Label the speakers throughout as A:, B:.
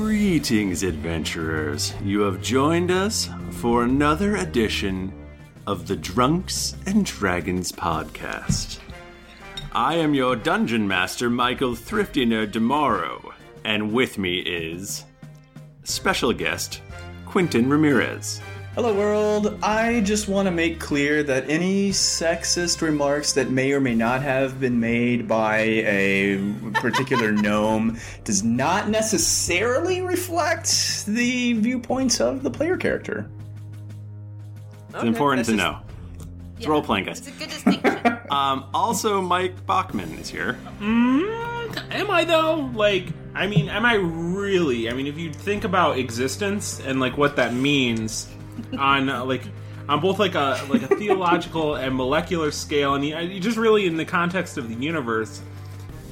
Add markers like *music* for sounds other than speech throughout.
A: Greetings, adventurers. You have joined us for another edition of the Drunks and Dragons podcast. I am your dungeon master, Michael Thriftiner Demaro, and with me is special guest Quentin Ramirez.
B: Hello, world. I just want to make clear that any sexist remarks that may or may not have been made by a *laughs* particular gnome does not necessarily reflect the viewpoints of the player character.
A: It's important to know. It's role playing, guys.
C: It's a good distinction.
A: *laughs* Um, also, Mike Bachman is here. *laughs*
D: Am I though? Like, I mean, am I really? I mean, if you think about existence and like what that means on uh, like on both like a like a theological and molecular scale, and you, you just really in the context of the universe.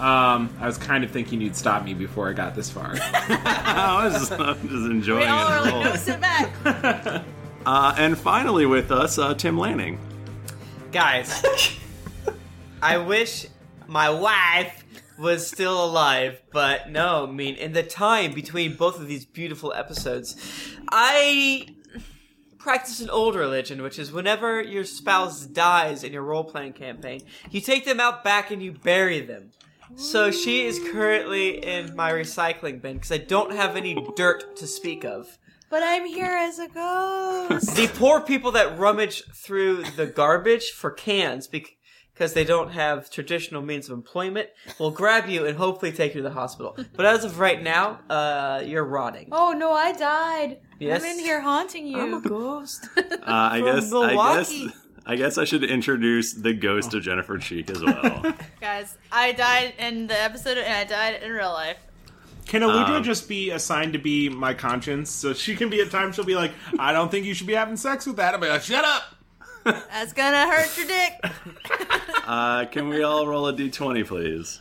D: Um, I was kind of thinking you'd stop me before I got this far.
A: I was just, I'm just enjoying
C: we all
A: it.
C: are like, no, sit back.
A: Uh, and finally, with us, uh, Tim Lanning.
E: Guys, I wish my wife was still alive, but no, I mean, in the time between both of these beautiful episodes, I practice an old religion, which is whenever your spouse dies in your role playing campaign, you take them out back and you bury them. So she is currently in my recycling bin because I don't have any dirt to speak of.
C: But I'm here as a
E: *laughs*
C: ghost.
E: the poor people that rummage through the garbage for cans because they don't have traditional means of employment will grab you and hopefully take you to the hospital. But as of right now, uh, you're rotting.
C: Oh no, I died.
E: Yes.
C: I'm in here haunting you.
E: I'm a
C: *laughs*
E: ghost.
A: Uh, I
E: From
A: guess. I
E: Milwaukee.
A: *laughs* guess. I guess I should introduce the ghost
F: Oh.
A: of Jennifer Cheek as
F: *laughs*
A: well.
C: Guys, I died in the episode, and I died in real life.
D: *laughs* Can Aludra just be assigned to be my conscience? So she can be at times she'll be like, I don't think you should be having sex with that. I'll be like, shut up.
C: That's gonna hurt your dick.
A: uh, can we all roll a d20, please?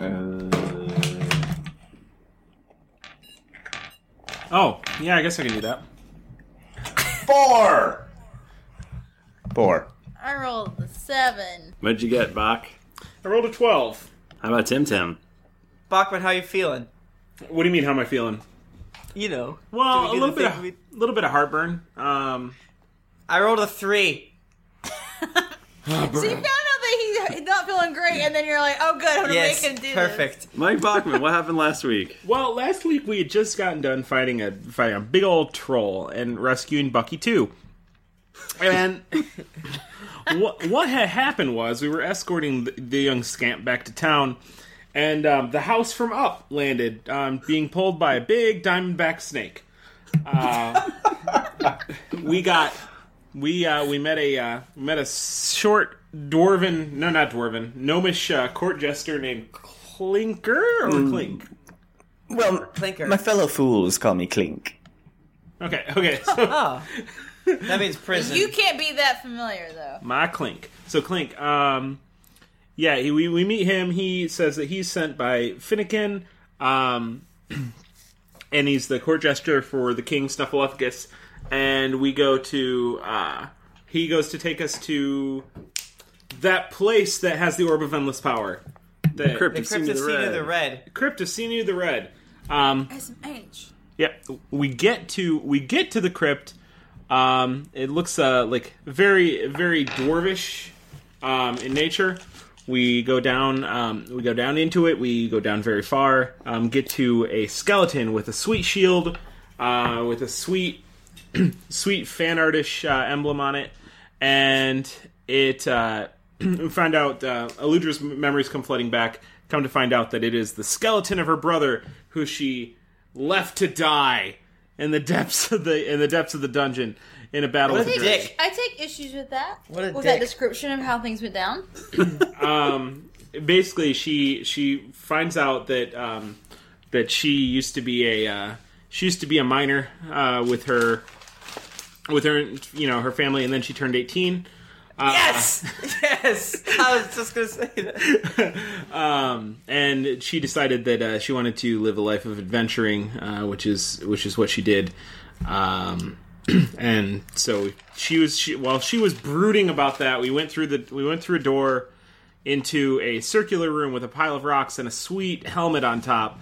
B: Uh,
D: Oh, yeah, I guess I can do that.
B: Four! Four.
C: I rolled a seven.
A: What'd you get, Bach?
D: I rolled a 12.
A: How about Tim Tim?
E: Bachman, how you feeling?
D: What do you mean, how am I feeling?
E: You know.
D: Well,
E: Do
D: a
E: we do
D: little
E: the
D: bit,
E: thing
D: of,
E: we-
D: little bit of heartburn. Um,
E: I rolled a three. *laughs*
C: So you found out that he- he's not feeling great, and then you're like, oh good, I'm gonna
E: Yes,
C: make him do
E: perfect.
A: Mike Bachman, what happened last week?
D: *laughs* well, last week we had just gotten done fighting a fighting a big old troll and rescuing Bucky too. And *laughs* what what had happened was we were escorting the, the young scamp back to town, and um, the house from up landed, um, being pulled by a big diamondback snake. Uh, we got we uh, we met a uh, we met a short dwarven no not dwarven gnomish uh, court jester named Clinker or
B: Mm.
D: Clink.
B: Well,
E: Clinker.
B: My fellow fools call me Clink.
D: Okay, okay. So,
E: that means prison.
C: You can't be that familiar though.
D: My Clink. So Clink, um, yeah, he, we we meet him. He says that he's sent by Finnegan, um, *clears throat* and he's the court jester for the King Snuffleupagus. And we go to uh, he goes to take us to that place that has the orb of endless power. The,
E: Cryptocene of the Red.
D: Cryptocene of the Red. Um,
C: SMH.
D: yeah, we get to we get to the crypt. Um, it looks uh, like very very dwarvish um, in nature. We go down um, we go down into it. We go down very far. Um, get to a skeleton with a sweet shield, uh, with a sweet *clears throat* sweet fan artish uh, emblem on it, and it uh, *clears throat* we find out uh, Eludra's m- memories come flooding back. Come to find out that it is the skeleton of her brother who she left to die in the depths of the in the depths of the dungeon in a battle
C: I
D: with
C: take,
D: the
C: I take issues with that.
D: What a
C: with
D: dick.
C: that description of how things went down.
D: um, basically she she finds out that um, that she used to be a uh, she used to be a minor uh, with her with her you know her family and then she turned 18 uh,
E: yes yes i was just gonna say that
D: *laughs* um, and she decided that uh, she wanted to live a life of adventuring uh, which is which is what she did um, and so she was she, while she was brooding about that we went through the we went through a door into a circular room with a pile of rocks and a sweet helmet on top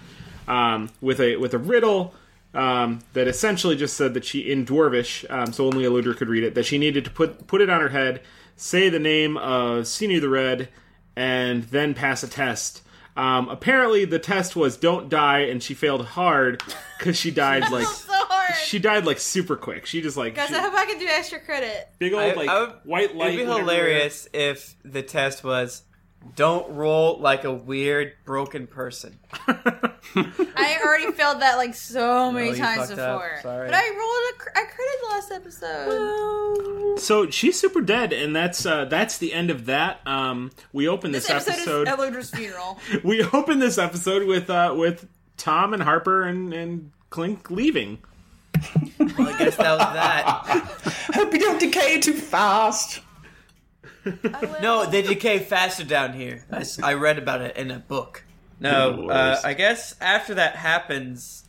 D: um, with a with a riddle um, that essentially just said that she in dwarvish um, so only a looter could read it that she needed to put put it on her head say the name of senior the red and then pass a test um, apparently the test was don't die and she failed hard because
C: *laughs*
D: she died like
C: so hard.
D: she died like super quick. She just like
C: Guys,
D: she-
C: I hope I can do extra credit.
D: big old
E: I-
D: like
E: I would-
D: white light.
E: it'd be
D: went
E: hilarious if the test was don't roll like a weird broken person
C: I *laughs* already failed that like so many
E: you
C: times
E: fucked up.
C: before.
E: Sorry.
C: But I rolled a cr- I credit last episode.
D: everywhere. So she's super dead, and that's uh, that's the end of that. Um, we open this,
C: this episode, is Elodra's funeral.
D: *laughs* we open this episode with uh, with Tom and Harper and, and Clink leaving.
E: I guess that was that.
B: Hope you don't decay too fast.
E: no they decay faster down here I, s- I read about it in a book no
D: Good
E: uh,
D: lord.
E: i guess after that happens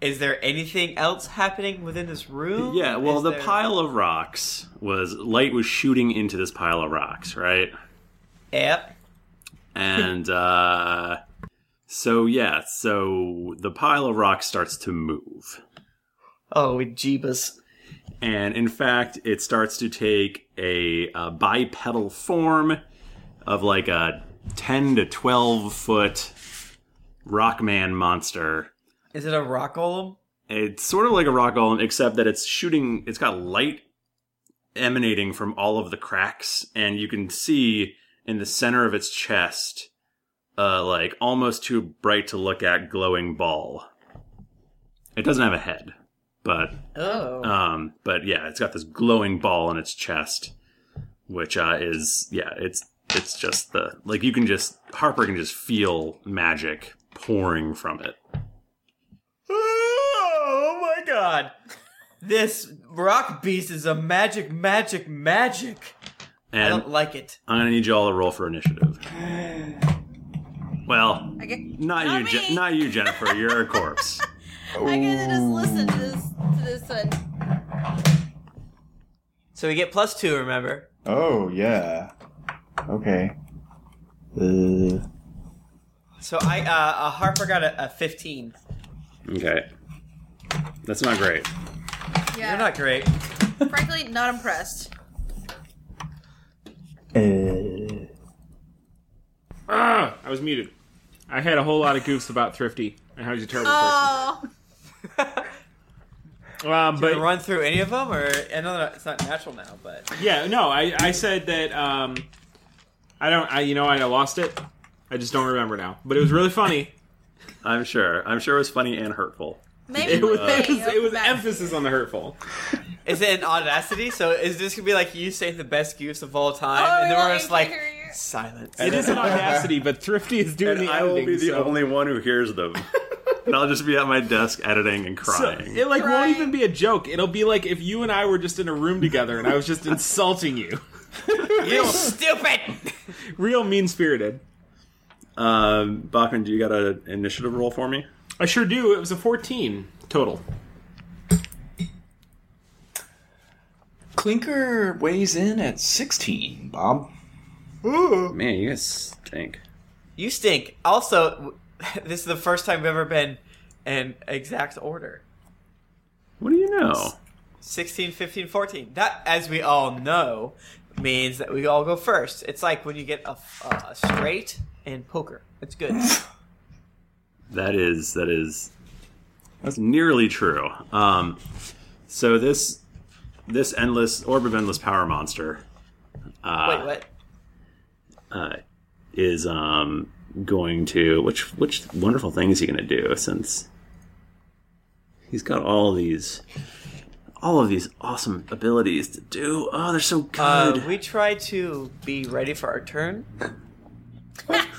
E: is there anything else happening within this room
A: Yeah, well,
E: Is
A: the
E: there-
A: pile of rocks was light was shooting into this pile of rocks, right?
E: Yep.
A: And uh, so yeah, so the pile of rocks starts to move.
E: Oh, with jeebus!
A: And in fact, it starts to take a, uh bipedal form of like a ten to twelve foot rockman monster.
E: is it a rock golem
A: It's sort of like a rock golem, except that it's shooting. It's got light emanating from all of the cracks, and you can see in the center of its chest, uh, like almost too bright to look at, glowing ball. It doesn't have a head, but
E: oh
A: um, but yeah, it's got this glowing ball in its chest, which uh, is yeah, it's it's just the like you can just Harper can just feel magic pouring from it.
E: Oh my god. This rock beast is a magic, magic, magic. I
A: And
E: don't like it.
A: I'm gonna need you all to roll for initiative. Well, not, you, Je- not you, Jennifer. You're a corpse.
C: I gotta just listen to this to this one.
E: So we get plus two, remember?
B: Oh yeah. Okay. Uh,
E: So I, uh, uh Harper got a, a 15.
A: Okay, that's not great.
C: Yeah.
E: You're not great.
C: Frankly, not *laughs* impressed.
B: uh,
D: Ah, I was muted. I
C: Uh,
D: had a whole lot of goofs about Thrifty and how he's a terrible
C: Oh,
D: Um,
E: but run through any of them, or I know that it's not natural now, but
D: Yeah, no, I, I said that um, I don't. I you know I lost it. I just don't remember now. But it was really funny.
A: *laughs* I'm sure. I'm sure it was funny and hurtful.
C: Maybe
D: it was,
C: we may
D: it was, it was emphasis on the hurtful.
E: is it an audacity? So is this gonna be like you saying the best goofs of all time,
D: Oh,
E: and then
D: we
E: we're
D: want
E: just
D: you to
E: like silence?
D: It is an audacity, but Thrifty is doing
A: and
D: the
A: I will
D: editing,
A: be the
D: so-
A: only one who hears them, and I'll just be at my desk editing and
D: So,
A: crying.
D: it like won't even be a joke. It'll be like if you and I were just in a room together and I was just
A: *laughs*
D: insulting you.
E: You stupid.
D: Real mean spirited.
A: Um, Bachman, do you got an initiative roll for me?
D: I sure do. It was a 14 total.
B: Clinker weighs in at 16, Bob.
A: Man, you guys stink.
E: You stink. Also, *laughs* w- this is the first time we've ever been in exact order.
A: What do you know?
E: 16, 15, 14. That, as we all know, means that we all go first. It's like when you get a, a straight in poker. It's good.
D: *laughs*
A: That is that is that's nearly true. Um, so this this endless orb of endless power monster. Uh,
E: Wait, what?
A: Uh, is um going to which which wonderful thing is he going to do since he's got all these all of these awesome abilities to do. Oh, they're so good.
E: Uh, we try to be ready for our turn.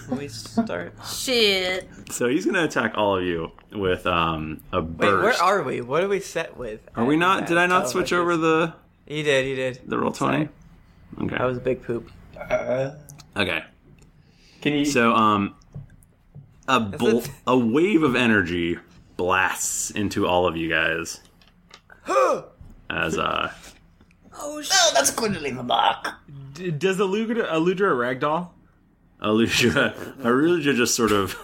E: When we start.
C: Shit.
A: so he's going to attack all of you with um a
E: Wait,
A: burst.
E: where are we? What are we set with?
A: Are we not? Did I not
E: Oh,
A: switch
E: okay.
A: over the
E: You did, you did.
A: the roll twenty? Okay.
E: That was a big poop.
A: Uh, Okay.
B: Can you?
A: So, um, a bl- a wave of energy blasts into all of you guys as uh.
C: Oh, shit.
G: Oh, that's good to leave a mark.
D: D- does Aludra, Aludra ragdoll?
A: Aluja, *laughs* Aluja just sort of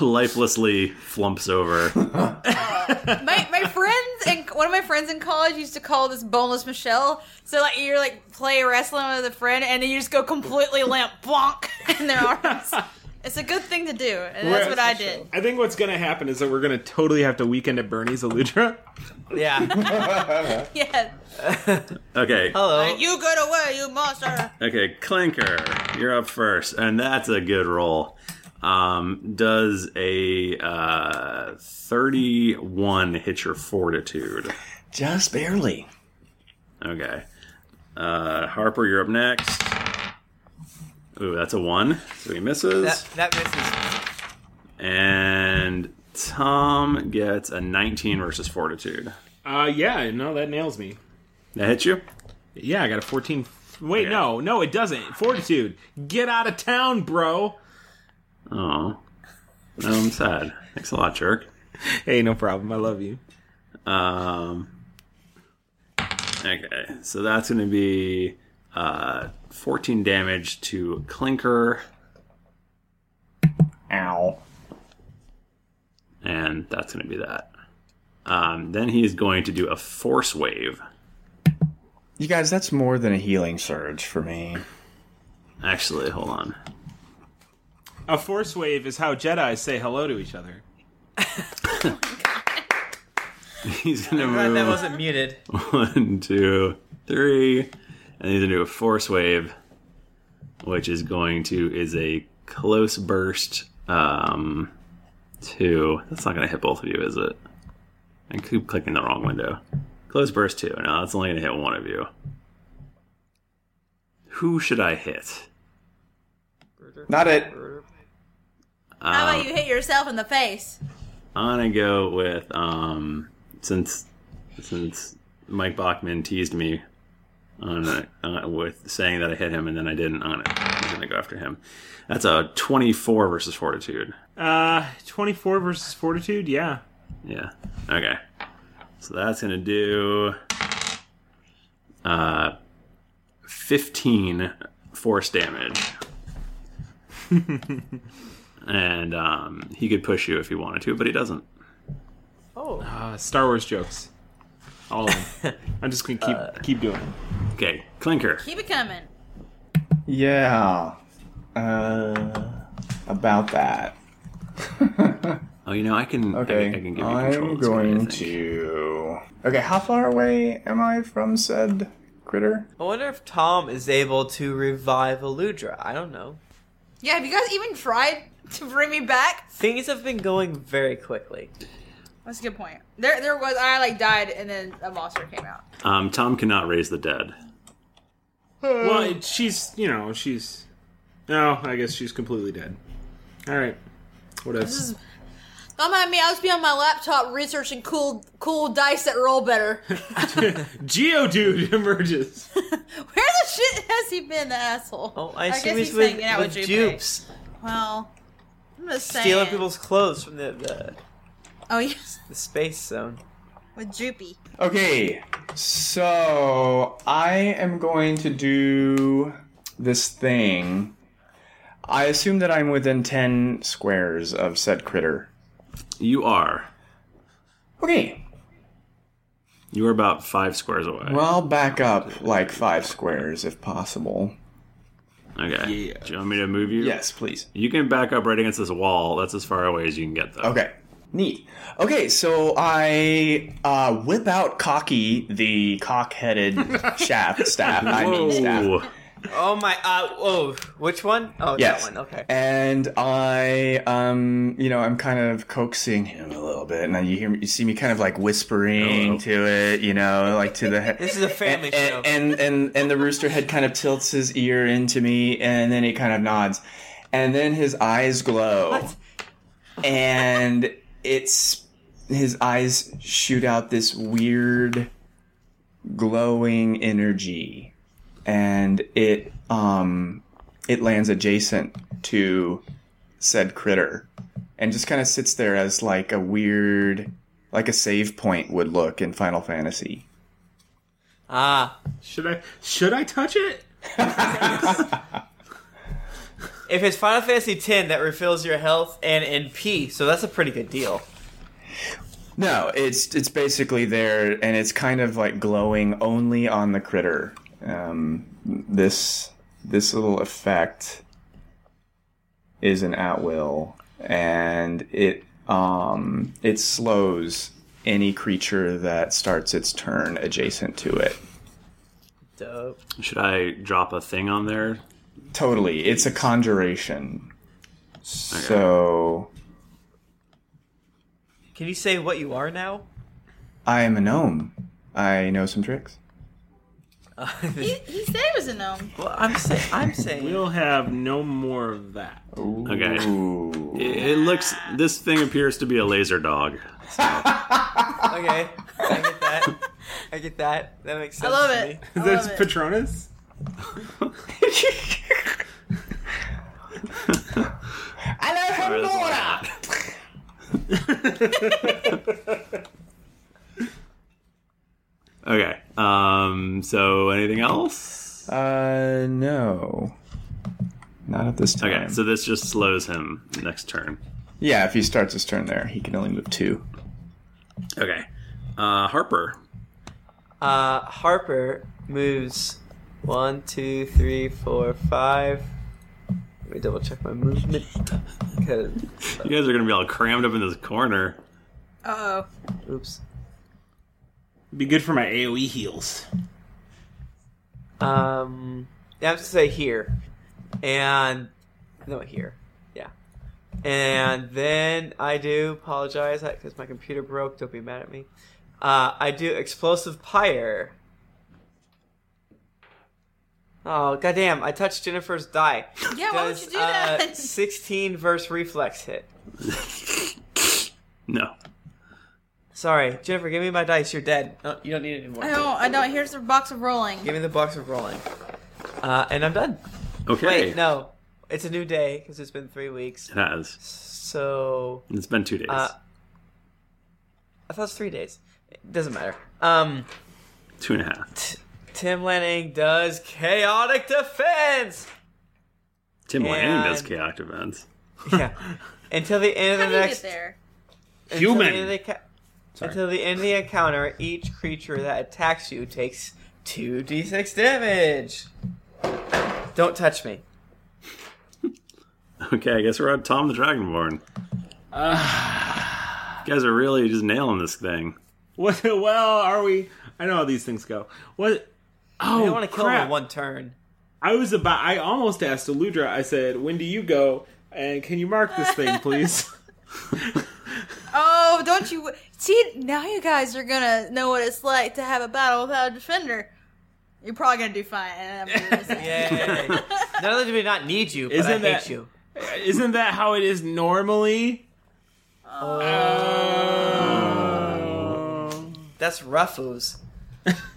A: lifelessly flumps over.
C: my my friends and one of my friends in college used to call this boneless Michelle. So like you're like play wrestling with a friend and then you just go completely limp, bonk *laughs* in their *laughs* arms. It's a good thing to do, and that's
D: Whereas-
C: what I did.
D: I think what's going to happen is that we're going to totally have to weekend at Bernie's Aludra.
A: Yeah.
C: yeah.
A: okay.
C: Like, you go away, you monster.
A: Okay, Clinker, you're up first, and that's a good roll. Um, does a uh, 31 hit your fortitude?
B: Just barely.
A: Okay. Uh, Harper, you're up next. Ooh, that's a one, so he misses.
E: That, that misses.
A: And Tom gets a 19 versus fortitude.
D: *laughs* Uh, yeah, no, that nails me.
A: That hit you?
D: Yeah, I got a 14. Wait, no, no, it doesn't. Fortitude. Get out of town, bro.
A: Oh. No, I'm sad. Thanks a lot, jerk.
D: Hey, no problem. I love you.
A: Um. Okay, so that's going to be uh, 14 damage to Clinker. Ow. And that's going to be that. Um, then he is going to do a force wave. *laughs*
B: You guys, that's more than a healing surge for me.
A: Actually, hold on.
D: A force wave is how Jedi say hello to each other.
A: He's going to
E: I'm
A: move.
E: glad that wasn't muted.
A: One, two, three. And he's gonna do a force wave, which is going to is a close burst. Um two. That's not gonna hit both of you, is it? I keep clicking the wrong window. Close burst two. No, that's only gonna hit one of you. Who should I hit?
B: Not it.
C: How
A: Um,
C: about you hit yourself in the face?
A: I'm gonna go with um since since Mike Bachman teased me on uh, with saying that I hit him and then I didn't on it. I'm gonna go after him. That's a 24 versus Fortitude.
D: Uh, 24 versus Fortitude, yeah.
A: Yeah. Okay. So that's gonna do uh 15
D: *laughs*
A: force damage. and um, he could push you if he wanted to, but he doesn't.
E: Oh.
D: Uh, Star Wars jokes. All of
C: *laughs*
D: them. I'm just going to keep
C: Uh,
D: keep doing it.
A: Okay, Clinker.
C: Keep it coming.
B: Yeah. Uh, about that.
A: *laughs* Oh, you know, I can.
B: Okay,
A: I, I can give you control.
B: I'm
A: of the screen, I
B: going
A: think.
B: to. Okay, how far away am I from said critter?
E: I wonder if Tom is able to revive Aludra. I don't know.
C: Yeah, have you guys even tried to bring me back?
E: Things have been going very quickly.
C: That's a good point. There, there was I like died, and then a monster came out.
A: Um, Tom cannot raise the dead.
D: Well, it, she's you know she's no, I guess she's completely dead. All right, what else?
C: Don't mind me. I was be on my laptop researching cool, cool dice that roll
E: *laughs*
C: better. Where
D: Geodude *laughs* emerges.
C: the shit has he been, the asshole?
E: Oh, I,
C: I
E: assume
C: guess
E: he's
C: he's
E: with,
C: hanging out
E: with
C: with Jupe.
E: dupes,
C: Well, I'm just saying.
E: stealing people's clothes from the, the,
C: Oh yes,
E: the space zone.
C: with Droopy.
B: Okay, so I am going to do this thing. I assume that I'm within 10 squares of said critter.
A: You are.
B: Okay,
A: You are about five squares away.
B: well, back up like five squares if possible.
A: okay. Do you want me to move you?
B: Yes, please.
A: You can back up right against this wall. That's as far away as you can get, though.
B: Okay. Neat. Okay, so I uh, whip out Cocky, the
A: *laughs*
B: cock-headed shaft staff. I mean staff.
A: Whoa.
E: Oh my! Uh, oh, which one? Oh,
B: Yes.
E: that
B: *laughs*
E: one. Okay.
B: And I, um, you know, I'm kind of coaxing him a little bit, and then you hear, me, you see me kind of like whispering to it, you know, like to the.
E: This is a family
B: and, and-
E: show.
B: And, and and the rooster head kind of tilts his ear into me, and then he kind of nods, and then his eyes glow, and it's his eyes shoot out this weird glowing energy, and it um it lands adjacent to said critter, and just kind of sits there as like a weird. Like a save point would look in Final Fantasy.
E: Ah,
D: Should I should I touch it?
E: if it's Final Fantasy X, that refills your health and NP, so that's a pretty good deal.
B: No, it's it's basically there, and it's kind of like glowing only on the critter. Um, this this little effect is an at will, and it um, it slows any creature that starts its turn adjacent to it.
E: Dope.
A: Should I drop a thing on there?
B: Totally, it's a conjuration. So
E: Can you say what you are now?
B: I am a gnome. I know some tricks.
C: He, he said he was a gnome.
E: Well, I'm saying.
C: *laughs*
E: I'm *laughs* saying.
D: We'll have no more of that.
A: Okay. It, it looks. This thing appears to be a laser dog.
E: okay, I get that. I get that. That makes sense.
C: I love
E: to
C: it.
E: me.
C: I
D: There's
C: love it. *laughs*
D: Patronus.
C: *laughs*
A: Okay. Um. So anything else?
B: Uh, no, not at this time.
A: Okay. So this just slows him next turn.
B: Yeah, if he starts his turn there, he can only move two.
A: Okay. Uh, Harper.
E: Uh, Harper moves one, two, three, four, five. Let me double check my movement. 'cause-
A: You guys are gonna be all crammed up in this corner.
C: Uh oh.
E: oops.
D: Be good for my AOE heals.
C: Uh-huh.
E: Um, I have to say here, and no here, yeah. And then I do apologize because my computer broke. Don't be mad at me. Uh, I do explosive pyre. Oh goddamn! I touched Jennifer's die.
C: Yeah, why would you do
E: Uh,
C: that?
E: Sixteen verse reflex hit.
A: No.
E: Sorry, Jennifer, give me my dice. You're dead. No, you don't need it anymore.
C: I don't. I don't. Here's the box of rolling.
E: Give me the box of rolling. Uh, and I'm done.
A: Okay.
E: Wait, no. It's a new day because it's been three weeks.
A: It has.
E: So
A: It's been two days.
E: Uh, I thought it was three days. It doesn't matter. Um,
A: two and a half.
E: Tim Lanning does chaotic defense.
A: Tim Lanning does
E: and-
A: chaotic events.
E: Yeah. until the end
C: How
E: of
C: do
E: the
C: you
E: next.
C: get there?
E: until the
D: Human.
E: end of the ca- Until the end of the encounter, each creature that attacks you takes two d6 damage. Don't touch me.
A: Uh, Okay. I guess we're at Tom the Dragonborn. You guys are really just nailing this thing.
D: What? *laughs* Well, are we? I know how these things go. What? Oh,
E: I want to kill him
D: crap.
E: in one turn.
D: I was about. I almost asked Eludra. I said, "When do you go? And can you mark this thing, please?" *laughs*
C: Oh, don't you see? Now you guys are gonna know what it's like to have a battle without a defender. You're probably gonna do fine. and
E: *laughs*
C: I'm gonna say-
E: Yay. Not only do we not need you, but
D: Isn't
E: I hate
D: that-
E: you.
D: Isn't that how it is normally?
E: That's Ruffles. *laughs*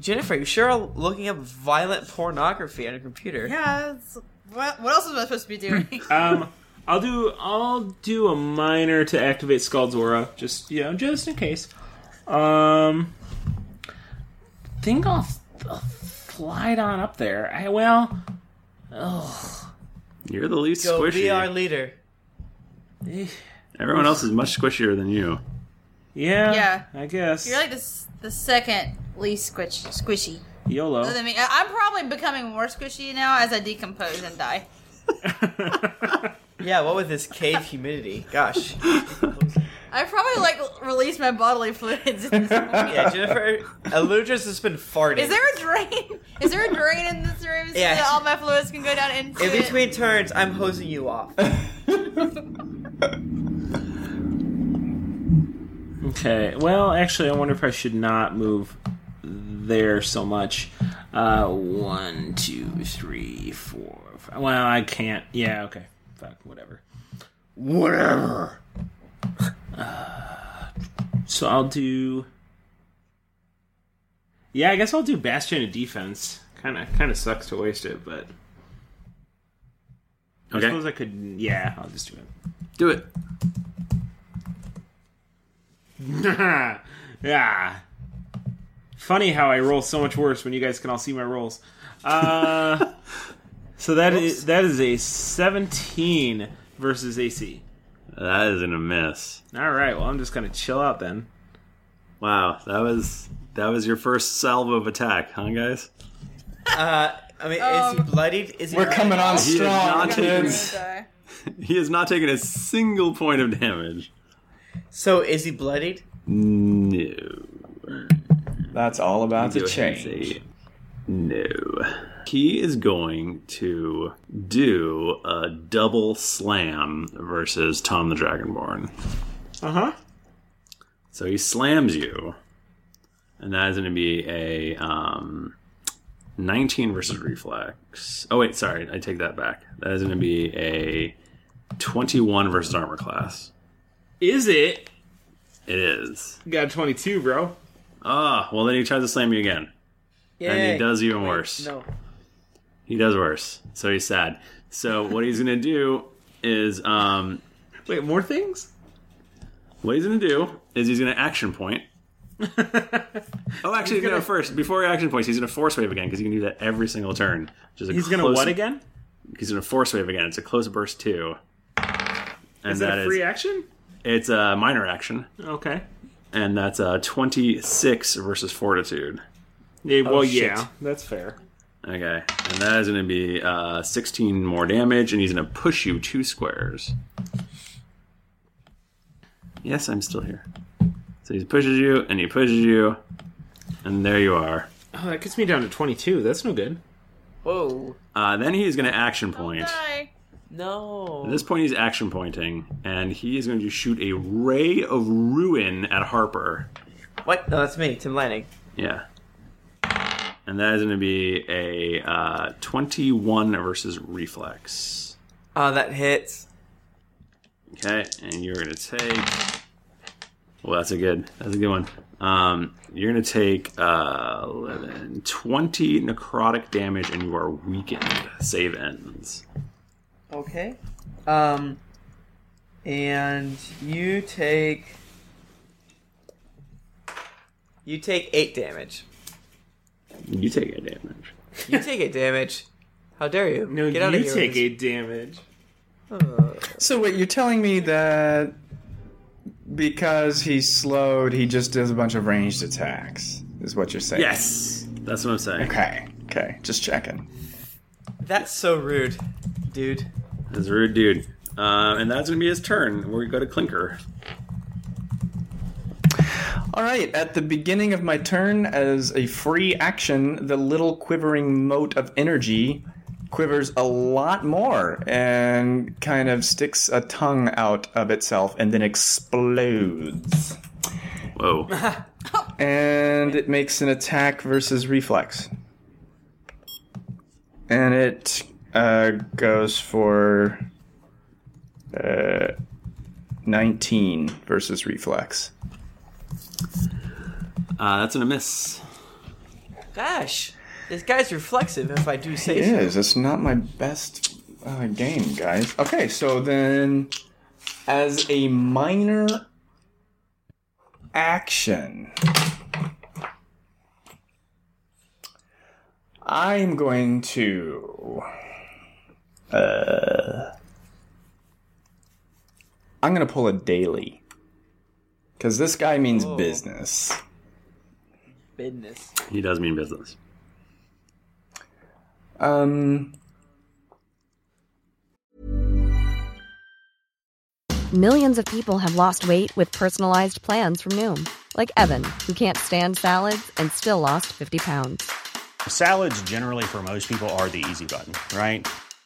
E: Jennifer, you sure are looking up violent pornography on your computer.
C: yeah. it's- What, what else am I supposed to be doing?
D: Um, I'll do. I'll do a minor to activate Scald's aura, just you know, just in case. Um, think I'll, I'll slide on up there. I well.
A: You're the least
E: Go
A: squishy.
E: be our leader.
A: Everyone else is much squishier than you.
D: Yeah.
C: Yeah.
D: I guess.
C: You're like the, s- the second least squishy. squishy.
D: YOLO.
C: Other than me, I- I'm probably becoming more squishy now as I decompose and die.
E: Yeah, what with this cave humidity?
B: *laughs*
E: Gosh.
C: I probably like release my bodily fluids. At this point.
E: Yeah, Jennifer, Eludra's just been farting.
C: Is there a drain? Is there a drain in this room so
E: Yeah.
C: that all my fluids can go down into
E: In
C: it?
E: between turns, I'm hosing you off. Uh,
D: Okay. Well, actually, I wonder if I should not move there so much. Uh, one, two, three, four. Five. Well, I can't. Yeah. Okay. Fuck. Whatever. Whatever. Uh, so I'll do. Yeah, I guess I'll do Bastion of Defense. Kind of, kind of sucks to waste it, but I
A: Okay.
D: suppose I could. Yeah, I'll just do it.
A: Do it.
D: *laughs* yeah. Funny how I roll so much worse when you guys can all see my rolls.
A: *laughs*
D: Uh, so that is that is a 17 versus AC.
A: That is gonna miss.
D: All right. Well, I'm just gonna chill out then.
A: Wow, that was that was your first salvo of attack, huh, guys? *laughs*
E: I mean,
C: Um,
E: is he bloodied? Is he
B: We're coming on
A: He is
B: strong,
A: not taking
B: kids.
A: he has not taken a single point of damage.
E: So, is he bloodied?
A: No.
B: That's all about to
A: Go ahead and
B: change.
A: say No. He is going to do a double slam versus Tom the Dragonborn.
D: Uh
B: Uh-huh.
D: huh.
A: So he slams you, and that is going to be a um, 19 versus reflex. Oh wait, sorry, I take that back. That is going to be a 21 versus armor class.
D: Is it?
A: It is.
D: You got 22, bro.
A: Ah, well then he tries to slam you again, and he
E: Yay.
A: does even worse.
E: No.
A: He does worse. So he's sad. So what he's going to do is um,
D: Wait, more things?
A: What he's gonna do is he's gonna action
D: *laughs*
A: point. oh, actually, no. First, before he action points, he's gonna force wave again because he can do that every single turn. Which is a
D: He's gonna
A: close-
D: what again?
A: He's gonna force wave again. It's a close burst too, and
D: Is
A: that
D: that a
A: is
D: free action?
A: it's a minor action,
D: Okay.
A: and that's a twenty six versus fortitude.
D: Yeah,
A: Oh,
D: well,
E: shit.
D: yeah, that's fair.
A: Okay, and that is gonna be uh, sixteen more damage, and he's gonna push you two squares. Yes, I'm still here. So he pushes you, and he pushes you, and there you are.
D: Oh, that gets me down to 22. That's no good.
E: Whoa.
A: Uh, then he's going to action point.
C: Die.
E: No.
A: At this point, he's action pointing, and he is going to shoot a ray of ruin at Harper.
E: What? No, that's me, Tim Lanning.
A: Yeah. And that is going to be a uh, 21 versus reflex.
E: Oh, that hits.
A: Okay, and you're going to take. Well, that's a good. That's a good one. Um, you're going to take uh, 11, 20 necrotic damage, and you are weakened. Save ends.
E: Okay. Um, and you take. You take eight damage.
A: You take a damage.
E: You take eight damage. How dare you?
D: No,
E: Get
D: you
E: out of here.
D: take
E: with
D: eight damage.
B: So wait, you're telling me that because he's slowed, he just does a bunch of ranged attacks, is what you're saying?
A: Yes, that's what I'm saying.
B: Okay. Okay. Just checking.
E: this. That's so rude, dude.
A: That's a rude, dude. Uh, and that's going to be his turn. We're going to go to Clinker.
B: All right, at the beginning of my turn, as a free action, the little quivering mote of energy quivers a lot more and kind of sticks a tongue out of itself and then explodes.
A: Whoa.
B: *laughs* and it makes an attack versus reflex. And it uh, goes for uh, 19 versus reflex.
A: Uh, that's going to miss.
E: Gosh, this guy's reflexive, if I do say
B: It
E: so.
B: is. It's not my best uh, game, guys. Okay, so then, as a minor action, I'm going to. Uh, I'm going to pull a daily. Because this guy means business.
E: Business.
A: He does mean business.
B: Um.
H: Millions of people have lost weight with personalized plans from Noom, like Evan, who can't stand salads and still lost 50 pounds.
F: Salads, generally, for most people, are the easy button, right?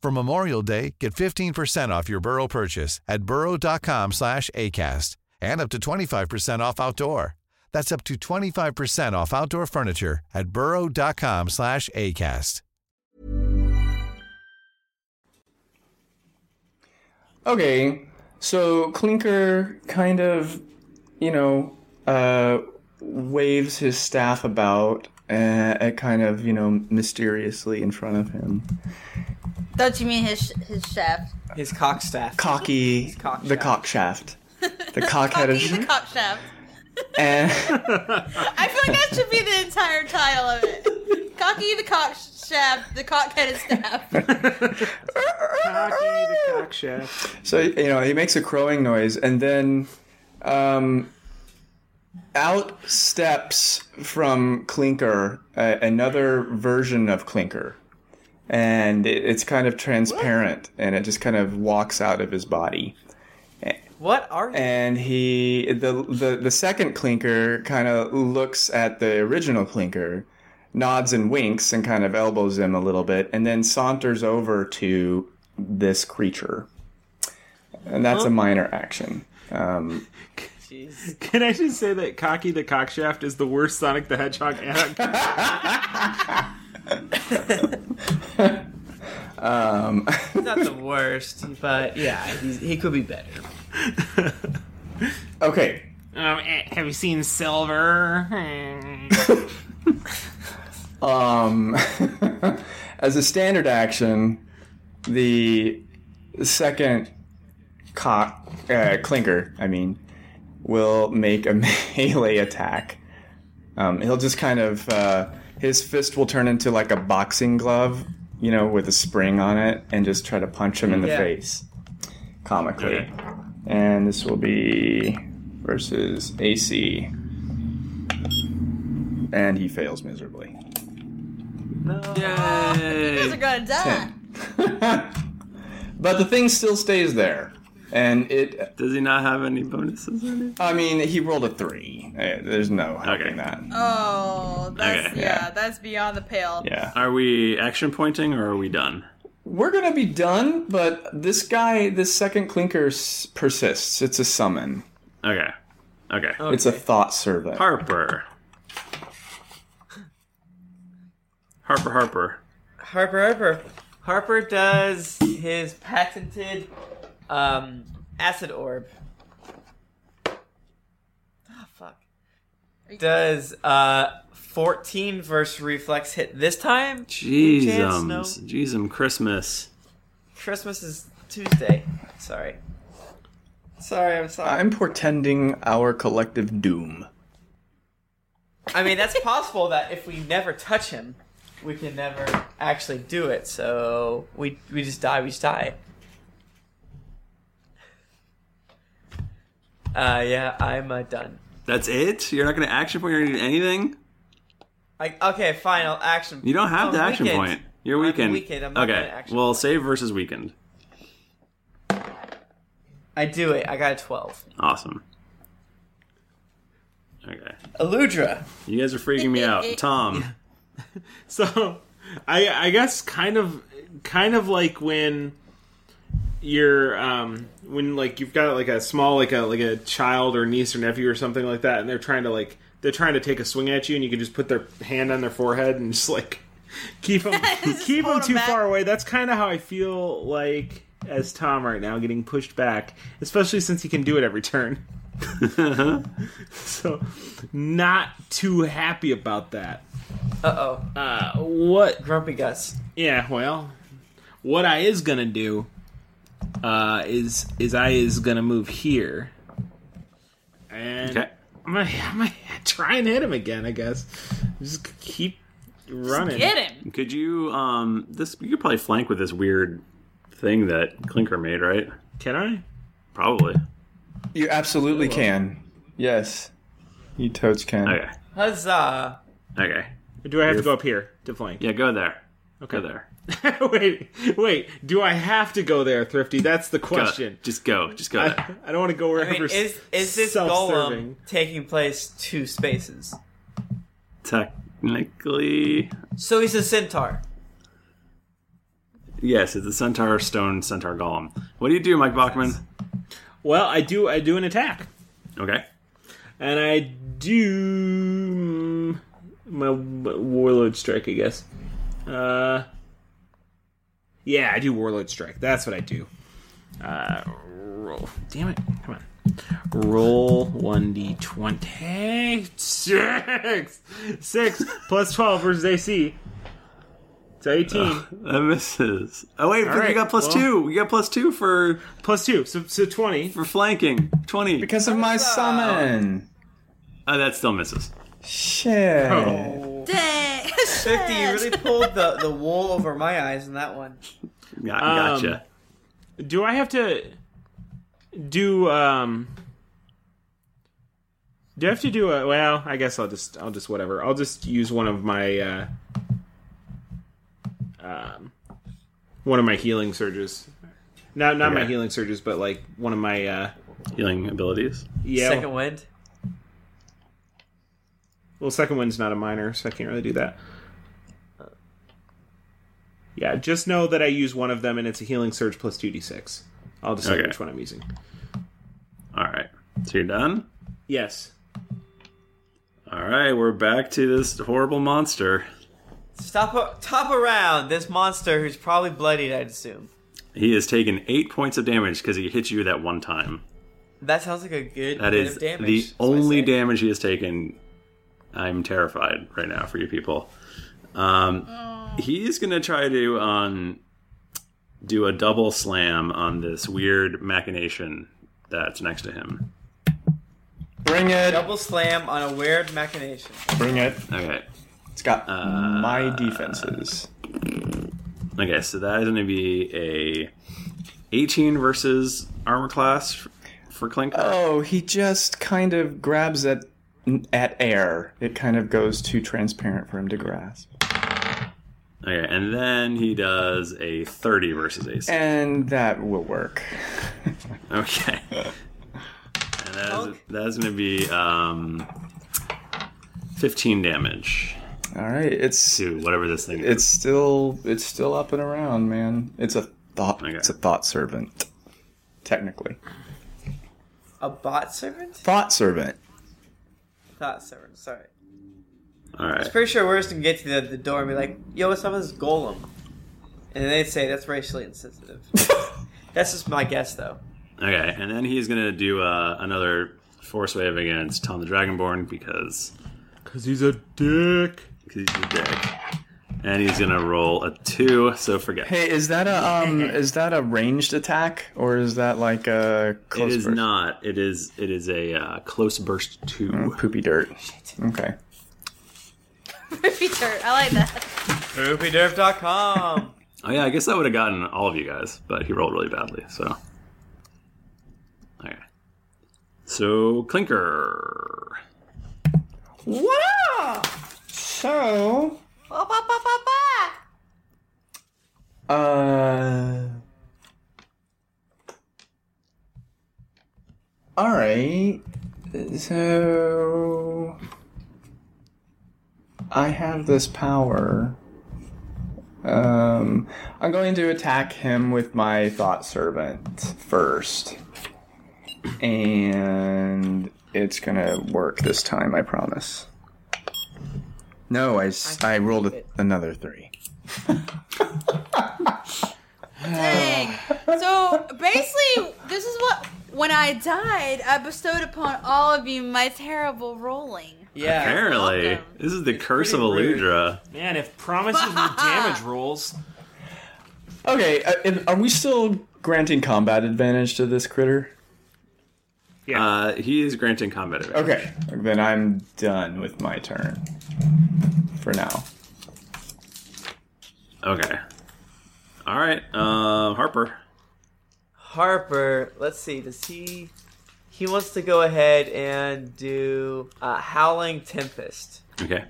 I: For Memorial Day, get 15% off your Burrow purchase at burrow.com slash acast and up to 25% off outdoor. That's up to 25% off outdoor furniture at burrow.com slash acast.
B: Okay, so Clinker kind of, you know, uh, waves his staff about, uh, uh, kind of, you know, mysteriously in front of him.
C: Don't you mean his his shaft?
E: His cock staff.
B: Cocky,
E: cock
B: the cock shaft, the cock headed,
C: He's a cop shaft.
B: *laughs* and
C: I feel like that should be the entire title of it. Cocky the cock shaft, the cock headed staff.
D: Cocky the cock chef.
B: so you know he makes a crowing noise, and then, um, out steps from Clinker uh, another version of Clinker. And it, it's kind of transparent, and it just kind of walks out of his body.
E: What are you?
B: and he the the, the second clinker kind of looks at the original clinker nods and winks and kind of elbows him a little bit and then saunters over to this creature and that's a minor action. Um,
D: Can I just say that Cocky the Cockshaft is the worst Sonic the Hedgehog anecdote?
A: *laughs*
E: Um, not the worst, but yeah, he's, he could be better.
B: okay.
D: *laughs* Um, eh, have you seen Silver?
B: Um, *laughs* as a standard action, the second cock uh, clinker, I mean, will make a *laughs* melee attack. Um, he'll just kind of uh, his fist will turn into like a boxing glove, you know, with a spring on it, and just try to punch him in the
E: Yeah.
B: face, comically. And this will be versus AC, and he fails miserably.
C: You guys are gonna die.
B: *laughs* But the thing still stays there. And it,
A: Does he not have any bonuses in it?
B: I mean, he rolled a three. Eh, There's no helping that.
C: Oh, that's
A: Okay.
C: yeah, that's beyond the pale. *laughs*
B: Yeah.
A: Are we action pointing or are we done?
B: We're going to be done, but this guy, this second clinker s- persists. It's a summon,
A: Okay. Okay.
B: it's a thought survey.
A: Harper. Harper, Harper.
E: Harper Harper. Harper does his patented um, acid orb. Oh, fuck. Does uh, 14 versus reflex hit this time? no.
A: Jeezums. Jeezum um, Christmas.
E: Christmas is Tuesday. Sorry. Sorry, I'm sorry.
B: I'm portending our collective doom.
E: I mean, that's possible that if we never touch him, we can never actually do it. So we we just die. We just die. Uh, yeah, I'm uh, done.
A: That's it? You're not going to action point or do anything?
E: Like, okay, final action.
A: You don't have
E: Oh,
A: the action
E: weekend.
A: point. You're
E: I'm
A: weakened.
E: weakened, I'm not
A: okay.
E: gonna action
A: well,
E: point.
A: save versus weakened.
E: I do it. I got a twelve.
A: Awesome. Okay.
E: Eludra.
A: You guys are freaking me
E: *laughs*
A: out. *laughs* Tom.
D: *laughs* So, I I guess kind of kind of like when you're um when like you've got like a small like a like a child or niece or nephew or something like that, and they're trying to like they're trying to take a swing at you, and you can just put their hand on their forehead and just like *laughs*
C: *laughs*
D: keep them keep them
C: hold 'em
D: too
C: back.
D: far away. That's kind of how I feel like as Tom right now, getting pushed back, especially since he can do it every turn. *laughs* so, not too happy about that.
E: Uh oh.
D: Uh, what
E: Grumpy Gus.
D: yeah, well, what I is gonna do uh, is is I is gonna move here, and
A: Okay.
D: I'm gonna, I'm gonna *laughs* try and hit him again. I guess just keep running.
C: Get him.
A: Could you um this you could probably flank with this weird thing that Clinker made, right?
D: Can I?
A: Probably.
B: You absolutely can. Yes. You totes can.
A: Okay.
E: Huzzah!
A: Okay.
D: Or do I have to go up here to flank?
A: Yeah, go there. Okay, go there.
D: *laughs* wait, wait. Do I have to go there, Thrifty? That's the
A: Go.
D: question.
A: Just go. Just go
D: I,
A: there.
D: I don't want to go
E: I
D: wherever.
E: mean, is is this
D: self-serving.
E: golem taking place two spaces?
A: Technically
E: So he's a centaur.
A: Yes, it's the Centaur Stone Centaur Golem. What do you do, Mike Bachman?
D: Well, I do. I do an attack.
A: Okay.
D: And I do mm, my warlord strike, I guess. Uh, yeah, I do warlord strike. That's what I do. Uh, roll. Damn it! Come on. Roll one d twenty six six plus twelve versus AC. It's eighteen
A: That misses. Oh wait, you
D: right,
A: got plus
D: well-
A: two. You got plus two for
D: plus two, so so twenty.
A: for flanking. Twenty.
B: Because of my summon.
A: Oh, that still misses.
B: Shit.
A: Oh.
C: Dang.
E: Fifty, you really pulled the, the wool over my eyes in that one.
A: Got, gotcha.
D: Um, Do I have to do um Do I have to do a well, I guess I'll just I'll just whatever. I'll just use one of my uh um one of my healing surges. Not not my
A: Okay.
D: healing surges, but like one of my uh
A: Healing abilities.
D: yeah.
E: Second wind.
D: Well, second wind's not a minor, so I can't really do that. Yeah, just know that I use one of them and it's a healing surge plus 2d6.
A: I'll decide
D: Okay.
A: which one I'm using. All right. So you're done?
D: Yes.
A: All right. We're back to this horrible monster.
E: Stop, a- top around this monster who's probably bloodied, I'd assume.
A: He has taken eight points of damage because he hit you that one time.
E: That sounds like a good
A: That
E: bit
A: is
E: of
A: the
E: damage.
A: only damage he has taken. I'm terrified right now for you people. Um, He's going to try to um, do a double slam on this weird machination that's next to him.
B: Bring it.
E: Double slam on a weird machination.
B: Bring it.
A: Okay. Uh,
B: It's got my defenses.
A: Okay, so that is going to be a 18 versus armor class f- for Clinker.
B: Oh, he just kind of grabs at at air. It kind of goes too transparent for him to grasp.
A: Okay, and then he does a 30 versus AC.
B: And that will work. *laughs*
A: Okay. And that is, that is going to be um, 15 damage.
B: All right, it's
A: to whatever this thing is.
B: It's still it's still up and around, man. It's a thought. It's a thought servant, technically.
E: A bot servant?
B: Thought servant.
E: Thought servant, sorry.
A: All
E: I was
A: right.
E: pretty sure we're just gonna get to the, the door and be like, yo, what's up with this golem? And they'd say, that's
B: *laughs*
E: racially insensitive. that's just my guess, though.
A: Okay, and then he's going to do uh, another force wave against Tom the Dragonborn because. Because he's a dick. Because he's a dick. And he's going to roll a 2, so forget.
B: Hey, is that a um is that a ranged attack or is that like a close?
A: it is
B: burst?
A: not. It is. It is a uh, close burst two.
B: Mm, poopy dirt. Okay.
C: Poopy dirt. I like that.
E: PoopyDerp.com.
A: Oh yeah, I guess that would have gotten all of you guys, but he rolled really badly. So, okay. So clinker.
B: Wow. So. Uh. All right. So I have this power. Um, I'm going to attack him with my thought servant first. And it's going to work this time, I promise. No, I, s- I rolled a, another three.
C: Dang. So basically, this is what when I died, I bestowed upon all of you my terrible rolling.
E: Yeah.
A: Apparently, this is the curse of Eludra.
D: Man, if promises were damage rolls,
B: Okay, uh, and are we still granting combat advantage to this critter?
A: Yeah. Uh, he is granting combat advantage.
B: Okay, then I'm done with my turn for now.
A: Okay. All right. Um, Harper.
E: Harper, let's see, does he. He wants to go ahead and do uh, Howling Tempest.
A: Okay.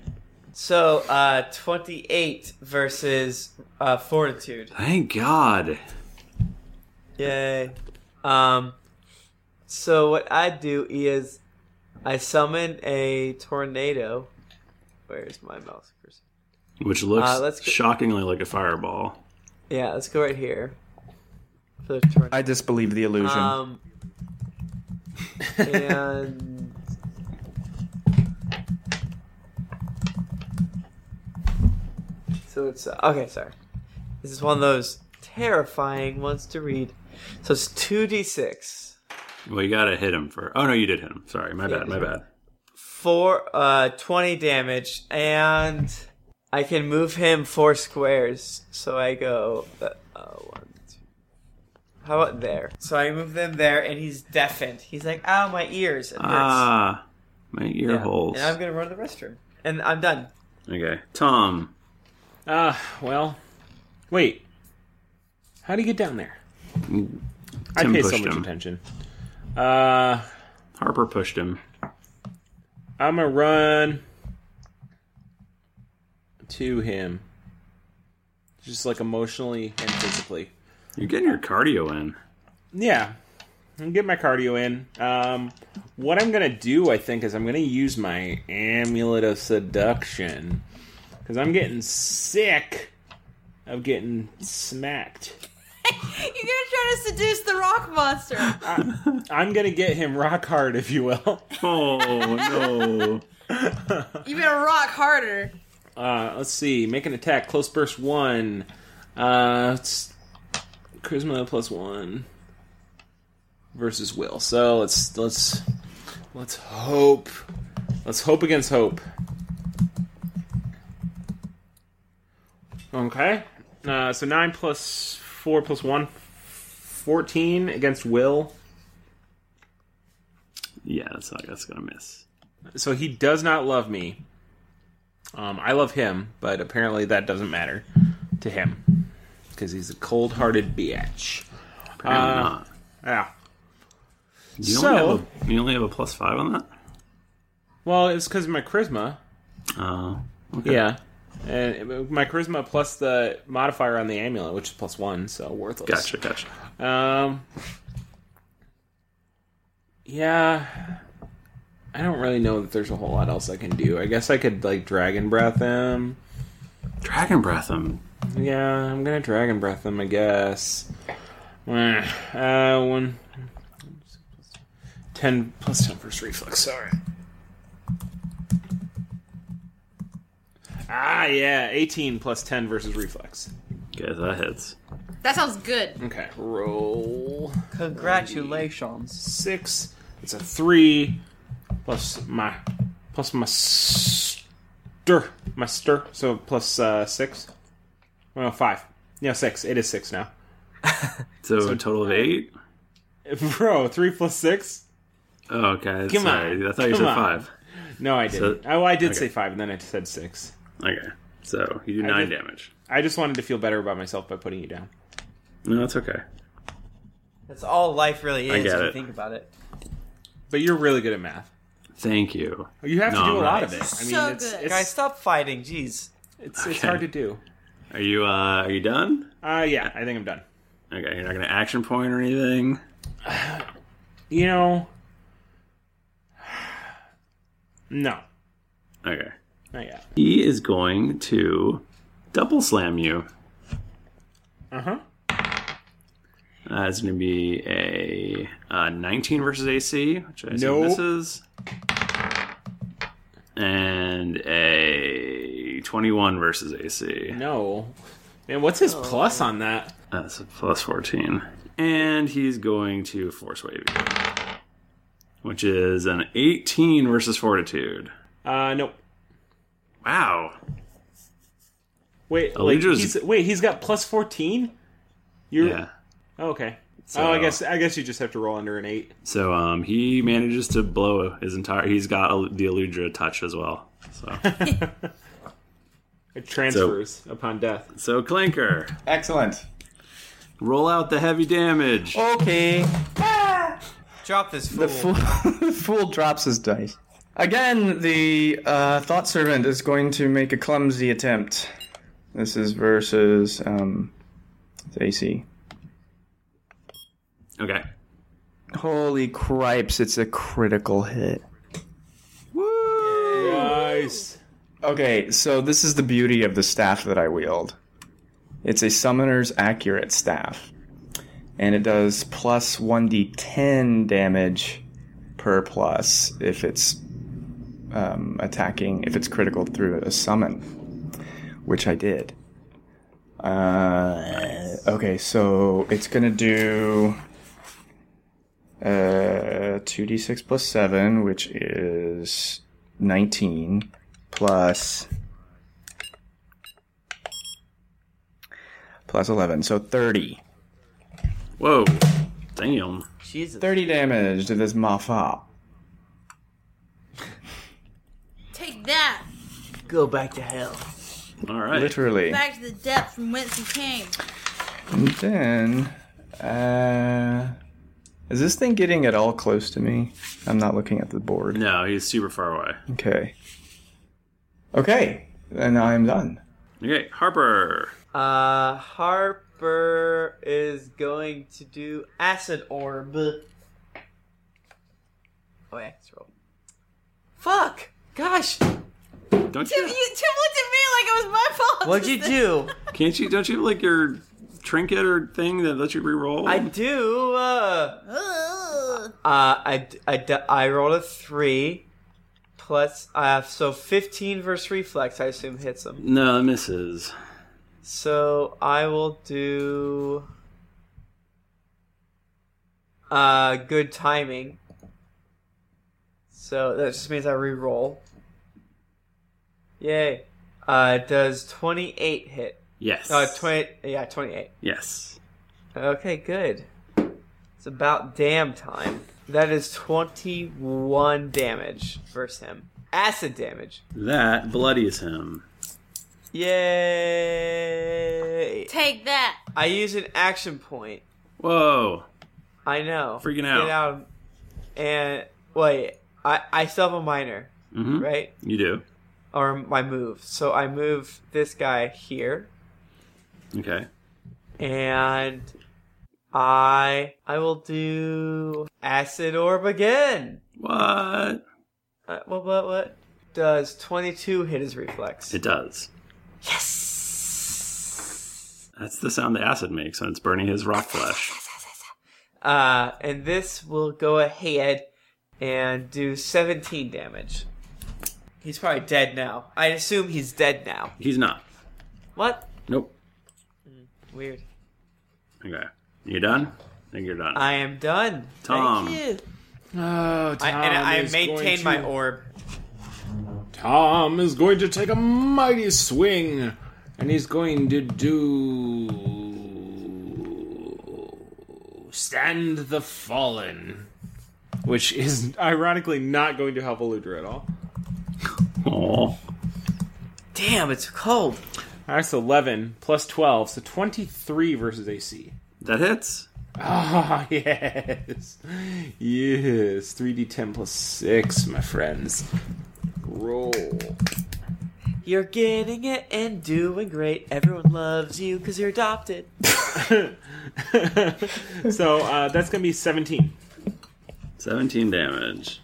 E: So, uh, 28 versus uh, Fortitude.
A: Thank God.
E: Yay. Um, so what I do is I summon a tornado. Where's my mouse cursor?
A: Which looks
E: Uh, let's go-
A: shockingly like a fireball.
E: Yeah, let's go right here.
B: I disbelieve the illusion.
E: Um, and so it's uh, okay. Sorry, this is one of those terrifying ones to read. So it's two d six.
A: Well, you gotta hit him for. Oh no, you did hit him. Sorry, my bad. My bad.
E: four uh 20 damage and i can move him four squares so i go uh, uh, one two how about there so i move them there and he's deafened he's like ow my ears it hurts
A: Ah, my ear holes.
E: and i'm gonna run to the restroom and i'm done
A: Okay, Tom.
D: uh, well, wait. How do you get down there? I
A: Tim
D: pay so
A: pushed
D: much
A: him.
D: attention. Uh,
A: Harper pushed him.
D: I'm gonna run to him, just like emotionally and physically.
A: You're getting your cardio in.
D: Yeah, and get my cardio in. Um, what I'm gonna do, I think, is I'm gonna use my amulet of seduction because I'm getting sick of getting smacked.
C: You're gonna trying to seduce the rock monster.
B: *laughs*
D: I'm gonna get him rock hard, if you will. *laughs* Oh no!
C: You better rock harder.
D: Uh, let's see. Make an attack. Close burst one. Uh, it's charisma plus one versus will. So let's let's let's hope. Let's hope against hope. Okay. Uh, so nine plus four plus one. 14 against Will.
A: Yeah, that's not, that's gonna miss.
D: So he does not love me. Um, I love him, but apparently that doesn't matter to him because he's a cold-hearted bitch.
A: Apparently
D: Uh,
A: not.
D: Yeah.
A: You
D: so,
A: only have a, you only have a plus five on that.
D: well, it's because of my charisma.
A: Oh, okay.
D: Yeah, and my charisma plus the modifier on the amulet, which is plus one, so worthless.
A: Gotcha, gotcha.
D: Um. Yeah, I don't really know that there's a whole lot else I can do. I guess I could like dragon breath him.
A: Dragon breath him.
D: Yeah, I'm gonna dragon breath him. I guess. Eh, Uh, one. 10 plus 10 first reflex, sorry. Ah, yeah, 18 plus 10 versus reflex.
A: Okay, that hits.
C: That sounds good.
D: Okay, roll.
E: Congratulations.
D: Six. It's a three plus my plus my stir my stir. So plus uh, six. Well, no, five. No, six. It is six now. *laughs*
A: So, a total of eight.
D: Bro, three plus six.
A: Oh, okay.
D: Come
A: sorry.
D: on,
A: I thought you
D: come
A: said
D: on.
A: five.
D: No, I didn't.
A: So-
D: oh, I did
A: okay.
D: say five, and then I said six.
A: Okay, so you do nine
D: did-
A: damage.
D: I just wanted to feel better about myself by putting you down.
A: No, that's okay.
E: That's all life really
A: I
E: is
A: get
E: if you
A: it.
E: think about it.
D: But you're really good at math.
A: Thank you.
D: You have
A: No,
D: to do
A: I'm
D: a lot
A: right.
D: of it. I mean,
C: So
D: it's,
C: good.
D: it's,
E: Guys, stop fighting. Jeez.
D: it's, it's
A: Okay.
D: hard to do.
A: Are you uh are you done?
D: Uh, yeah, I think I'm done.
A: Okay, you're not gonna action point or anything.
D: *sighs* You know, no,
A: Okay.
D: not yet.
A: He is going to double slam you.
D: Uh huh.
A: Uh, it's going to be a uh, 19 versus AC, which I assume
D: Nope.
A: misses, and a 21 versus AC.
D: No, man, what's his plus on that?
A: That's a plus 14. And he's going to force wave you, which is an 18 versus fortitude.
D: Uh, no.
A: Wow.
D: Wait, like,
A: Allegia's-
D: he's, wait, he's got plus fourteen. You're
A: Yeah.
D: oh, okay.
A: So-
D: oh, I guess I guess you just have to roll under an eight.
A: So um, he manages to blow his entire. He's got el- the Eludra touch as well. So,
D: It *laughs* transfers upon death.
A: so Clinker,
B: Excellent.
A: roll out the heavy damage.
B: Okay.
E: Drop this fool.
B: The fool, *laughs* fool drops his dice. Again, the uh, thought servant is going to make a clumsy attempt. This is versus um, it's AC.
A: Okay.
B: Holy cripes! It's a critical hit.
D: Nice.
B: Okay, so this is the beauty of the staff that I wield. It's a summoner's accurate staff, and it does plus 1d10 damage per plus if it's um, attacking, if it's critical through a summon, which I did. Uh, okay, so it's gonna do uh, 2d6 plus 7, which is 19 plus plus 11 so 30
A: Whoa. Damn.
E: Jesus.
B: 30 damage to this mafa
C: Take that
E: Go back to hell.
A: All right.
B: literally
C: back to the depth from whence you came.
B: and then uh is this thing getting at all close to me i'm not looking at the board
A: No, he's super far away.
B: okay okay and i'm done
A: Okay, Harper.
E: Uh, Harper is going to do acid orb. Oh, yeah, let's roll. Fuck! Gosh,
A: Don't
C: Tim, you, Tim
A: you?
C: looked at me like it was my fault.
E: what'd you do?
A: Can't you? Don't you have like your trinket or thing that lets you reroll?
E: I do. Uh, uh, I, I, d- I rolled a three plus, uh, so 15 versus reflex, I assume, hits him.
A: No, it misses.
E: So I will do. Uh, good timing. So that just means I re-roll. Yay! Uh, does twenty-eight hit?
A: Yes.
E: Uh, twenty. Yeah, twenty-eight.
A: Yes.
E: Okay, good. It's about damn time. That is twenty-one damage versus him. Acid damage.
A: That bloodies him.
E: Yay!
C: Take that.
E: I use an action point.
A: Whoa.
E: I know.
A: Freaking out.
E: Get out. And wait, I I still have a minor,
A: Mhm.
E: right?
A: You do.
E: Or my move. So I move this guy here,
A: Okay.
E: and I I will do acid orb again.
A: What?
E: Uh, what what what? Does twenty two hit his reflex?
A: It does. Yes. That's the sound the acid makes when it's burning his rock flesh.
E: Uh, and this will go ahead and do seventeen damage. He's probably dead now. I assume he's dead now.
A: He's not.
E: What? Hmm,
A: Nope.
E: Weird.
A: Okay. You done? I think you're done.
E: I am done.
A: Tom.
E: Thank you.
D: Oh,
E: I, and
D: Tom
E: I
D: is going
E: maintain my
D: to-
E: orb.
D: Tom is going to take a mighty swing, and he's going to do stand the fallen, which is ironically not going to help Eludra at all.
A: Oh.
E: Damn, it's cold.
D: That's eleven plus twelve, so twenty-three versus AC.
A: That hits.
D: Ah, *laughs* yes. Yes. 3d10 plus 6, my friends. Roll.
E: You're getting it and doing great. Everyone loves you because you're adopted.
D: So uh, that's going to be 17.
A: 17 damage.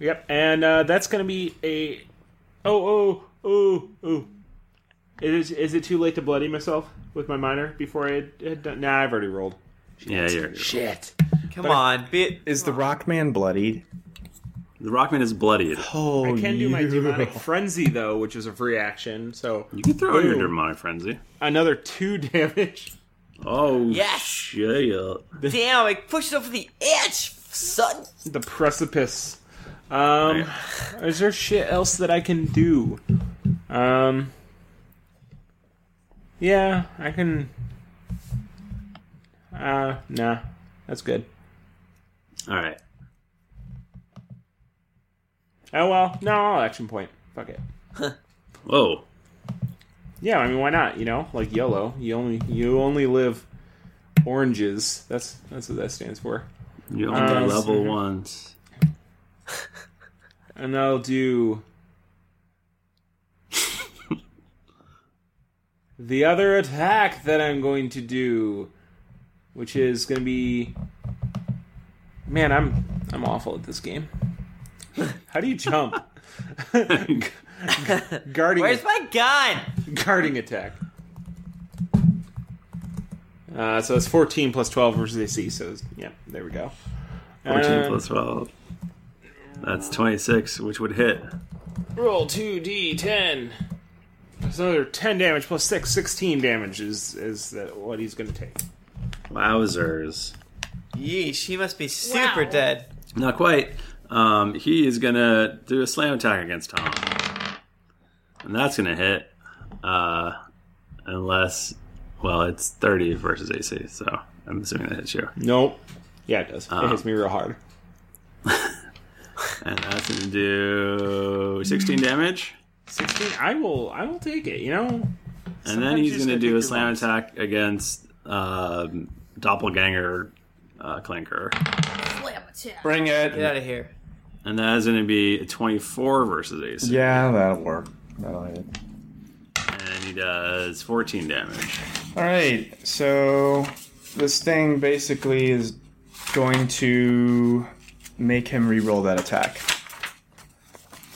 D: Yep. And uh, that's going to be a. Oh, oh, oh, oh. It Is, is it too late to bloody myself with my minor before I had, had done? Nah, I've already rolled.
A: Yeah, you're.
D: Shit.
E: Come on, bit.
B: Is the Rockman bloodied?
A: The Rockman is bloodied.
B: Oh,
D: I can do my
B: you.
D: demonic frenzy, though, which is a free action. So
A: You can throw your
D: Ooh.
A: demonic frenzy.
D: another 2 *laughs* damage.
A: Oh,
E: Yes.
A: shit.
E: Damn, I pushed over the edge, son.
D: the precipice. Um, is there shit else that I can do? Um, yeah, I can. Uh, nah, that's good.
A: All right.
D: Oh well, no, I'll action point. Fuck it.
A: Whoa.
D: Yeah, I mean, why not? You know, like YOLO. You only you only live oranges. That's that's what that stands for.
A: You only
D: Uh,
A: level once.
D: *laughs* And I'll
A: *laughs*
D: do. the other attack that I'm going to do, which is going to be. Man, I'm I'm awful at this
A: *laughs*
D: game. How do you jump? *laughs* guarding
E: Where's my gun?
D: guarding attack. Uh, so it's 14 plus 12 versus AC. So it's- yeah, there we go.
A: 14
E: Uh,
D: Um,
A: plus 12. That's 26, which would hit.
D: Roll 2d10. That's another 10 damage plus 6, 16 damage is, is that what he's going to take.
A: Wowzers.
E: Yeesh, he must be super
C: Wow.
E: dead.
A: Not quite. Um, he is going to do a slam attack against Tom. And that's going to hit. Uh, unless, well, it's 30 versus AC, so I'm assuming that hits you. Uh,
D: Nope. Yeah, it does. it hits me real hard.
A: *laughs* And that's going to do 16 damage.
D: 16. I will I will take it, you know?
A: And then
D: Sometimes you
A: he's
D: just
A: going
D: gotta
A: to do
D: take
A: a
D: your
A: slam
D: lumps.
A: attack against um, Doppelganger uh, Clanker.
C: Slam attack.
B: Bring it.
E: Get out of here.
A: And that is going to be a 24 versus AC.
B: Yeah, that'll work. That'll hit.
A: And he does 14 damage.
B: All right, so this thing basically is going to make him re-roll that attack.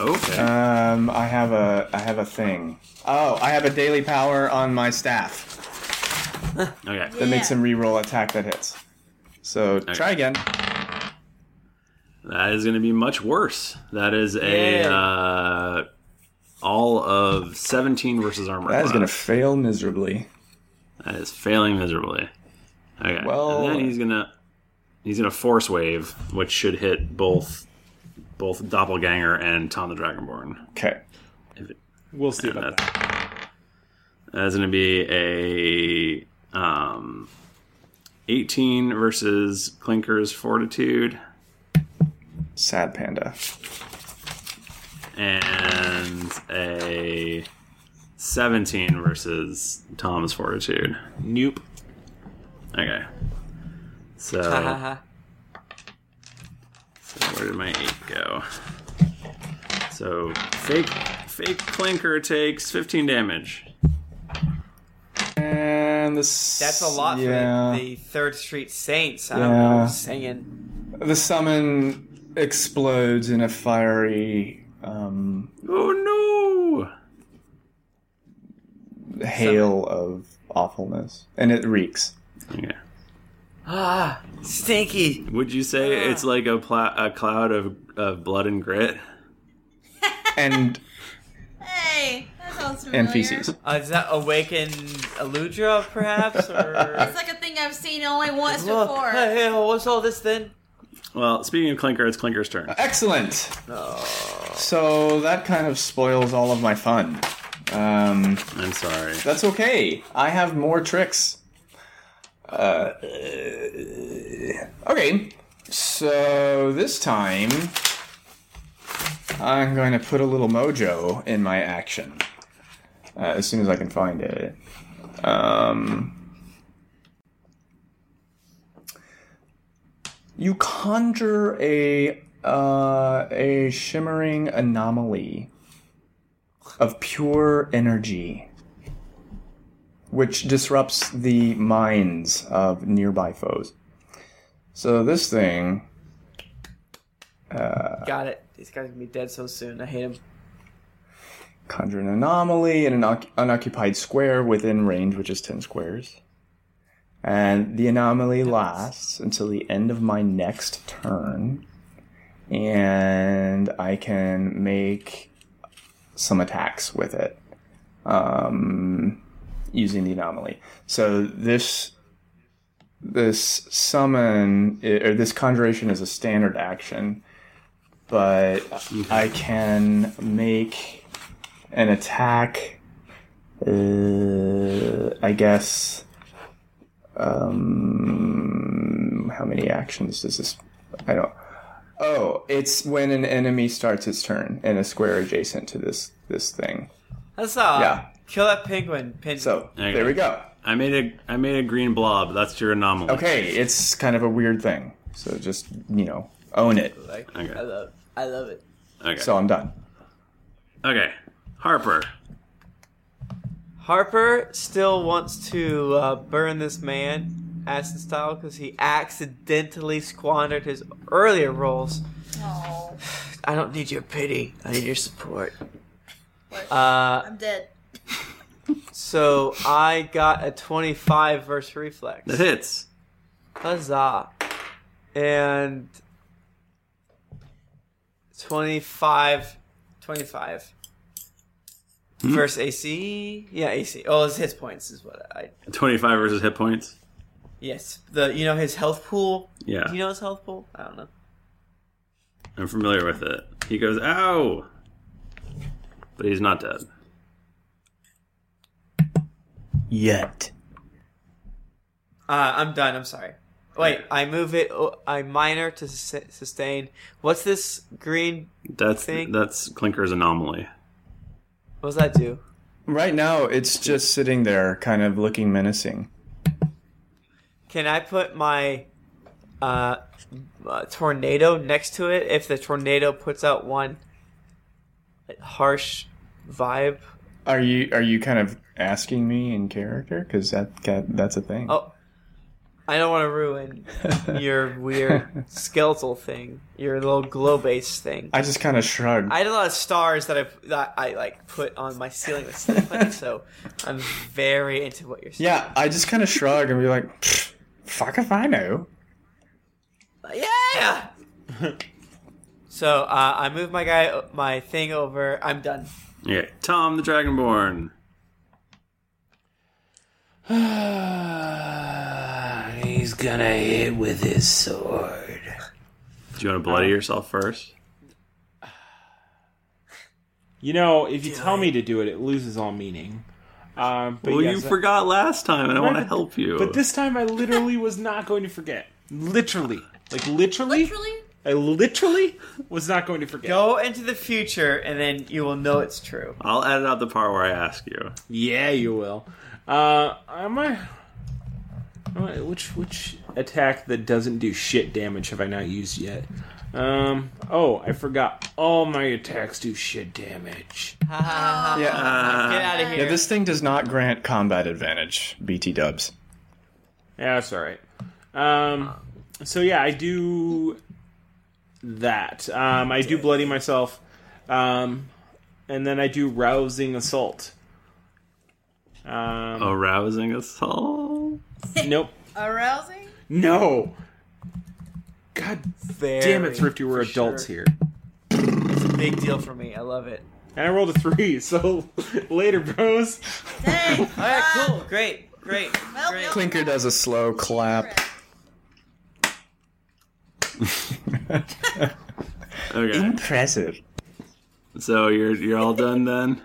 A: Okay.
B: Um, I have a I have a thing. Oh, I have a daily power on my staff.
A: *laughs* Okay.
B: That makes him reroll attack that hits. So try again.
A: That is going to be much worse. That is a
B: Yay.
A: uh, all of seventeen versus armor.
B: That is going to
A: class.
B: fail miserably.
A: That is failing miserably. Okay.
B: Well-
A: and then he's gonna he's gonna force wave, which should hit both both doppelganger and Tom the Dragonborn.
B: Okay.
D: We'll see about that.
A: That's gonna be a um, eighteen versus Clinker's Fortitude.
B: Sad panda.
A: And a seventeen versus Tom's Fortitude. Nope. Okay. So. Where did my eight go? So fake fake clinker takes 15 damage.
B: And this
E: That's a lot
B: yeah.
E: for the, the Third Street Saints. I don't know
B: Yeah.
E: what I'm saying.
B: The summon explodes in a fiery um,
A: Oh
B: hail of awfulness, and it reeks.
A: Okay.
E: Ah, stinky. Ah.
A: no! Would you say it's like a, pla- a cloud of, of blood and grit?
B: *laughs* And
C: Hey, that sounds familiar.
A: and feces.
E: Uh, is that Awakened Eludra, perhaps? Or...
C: *laughs* It's like a thing I've seen only once
E: Look,
C: before.
E: hey, hey, what's all this then?
A: Well, speaking of clinker, it's clinker's
B: Uh,
A: turn.
B: Excellent.
E: Oh.
B: So that kind of spoils all of my fun. Um,
A: I'm sorry.
B: That's okay. I have more tricks. Uh, okay. So this time, I'm going to put a little mojo in my action uh, as soon as I can find it. Um, you conjure a uh, a shimmering anomaly of pure energy, which disrupts the minds of nearby foes. So this thing, uh,
E: Got it. These guys are gonna be dead so soon. I hate him.
B: conjure an anomaly in an oc- unoccupied square within range, which is ten squares, and the anomaly lasts until the end of my next turn, and I can make some attacks with it. um, using the anomaly. So this this summon i- or this conjuration is a standard action, but I can make an attack. Uh, I guess. Um, how many actions does this? I don't. Oh, it's when an enemy starts its turn in a square adjacent to this this thing.
E: That's uh,
B: Yeah.
E: kill that penguin. Pin-
B: So there we go.
A: I made a I made a green blob. That's your anomaly.
B: Okay, it's kind of a weird thing. So just, you know, own it.
E: like,
A: Okay.
E: I love, I love it.
A: Okay.
B: So I'm done.
A: okay. Harper.
E: Harper still wants to uh, burn this man, acid style, because he accidentally squandered his earlier rolls.
C: Oh,
E: *sighs* I don't need your pity. I need your support. Uh,
C: I'm dead.
E: so I got a 25 versus reflex.
A: That hits.
E: Huzzah. And 25. 25.
A: Hmm?
E: Versus AC. Yeah, AC. Oh, it's his points is what I.
A: 25 versus hit points.
E: Yes. the You know his health pool?
A: Yeah.
E: Do you know his health pool? I don't know.
A: I'm familiar with it. He goes, ow! But he's not dead.
B: Yet.
E: Uh, I'm done. I'm sorry. Wait, I move it. oh, I minor to sus- sustain. What's this green?
A: That's
E: Thing.
A: that's Clinker's anomaly.
E: What does that do?
B: Right now, it's just sitting there, kind of looking menacing.
E: Can I put my uh, uh, tornado next to it if the tornado puts out one like, harsh vibe?
B: Are you are you kind of asking me in character? Because that, that that's a thing.
E: Oh, I don't want to
A: *laughs*
E: ruin your weird skeletal thing, your little glow base thing.
B: I just kind of shrugged.
E: I had a lot of stars that I that I like put on my ceiling with stuff, like, so I'm very into what you're saying.
B: yeah, I just kind of shrugged and be like, "Pfft, "Fuck if I know."
E: Yeah. so uh, I move my guy, my thing over. I'm done.
A: Yeah, Tom the Dragonborn.
J: *sighs* He's gonna hit with his sword.
A: Do you want to bloody yourself first?
D: You know, if you tell me to do it, it loses all meaning. Um, but
A: well,
D: yes,
A: you forgot last time, and I
D: Right,
A: want to
D: but-
A: help you.
D: But this time, I literally was not going to forget. Literally, like literally, literally, I literally was not going to forget.
E: Go into the future, and then you will know it's true.
A: I'll edit out the part where I ask you.
D: Yeah, Eh, you will. Uh, am I? am I- Which which attack that doesn't do shit damage have I not used yet? Um. Oh, I forgot. All my attacks do shit damage.
B: Yeah,
D: Uh, Get outta here.
B: Yeah, this thing does not grant combat advantage. BT Dubs.
D: Yeah, that's all right. Um, so yeah, I do that. Um, I do bloody myself, um, and then I do rousing assault. Um,
A: Arousing assault.
D: Nope.
C: Arousing?
D: No. God damn it, Thrifty.
E: for
D: We're
E: sure.
D: adults here.
E: It's a big deal for *laughs* me. I love it.
D: And I rolled a three, *laughs* so later, bros.
E: All right, cool, great, great, great.
B: Clinker does a slow clap.
A: Okay.
B: Impressive.
A: So you're you're all done then.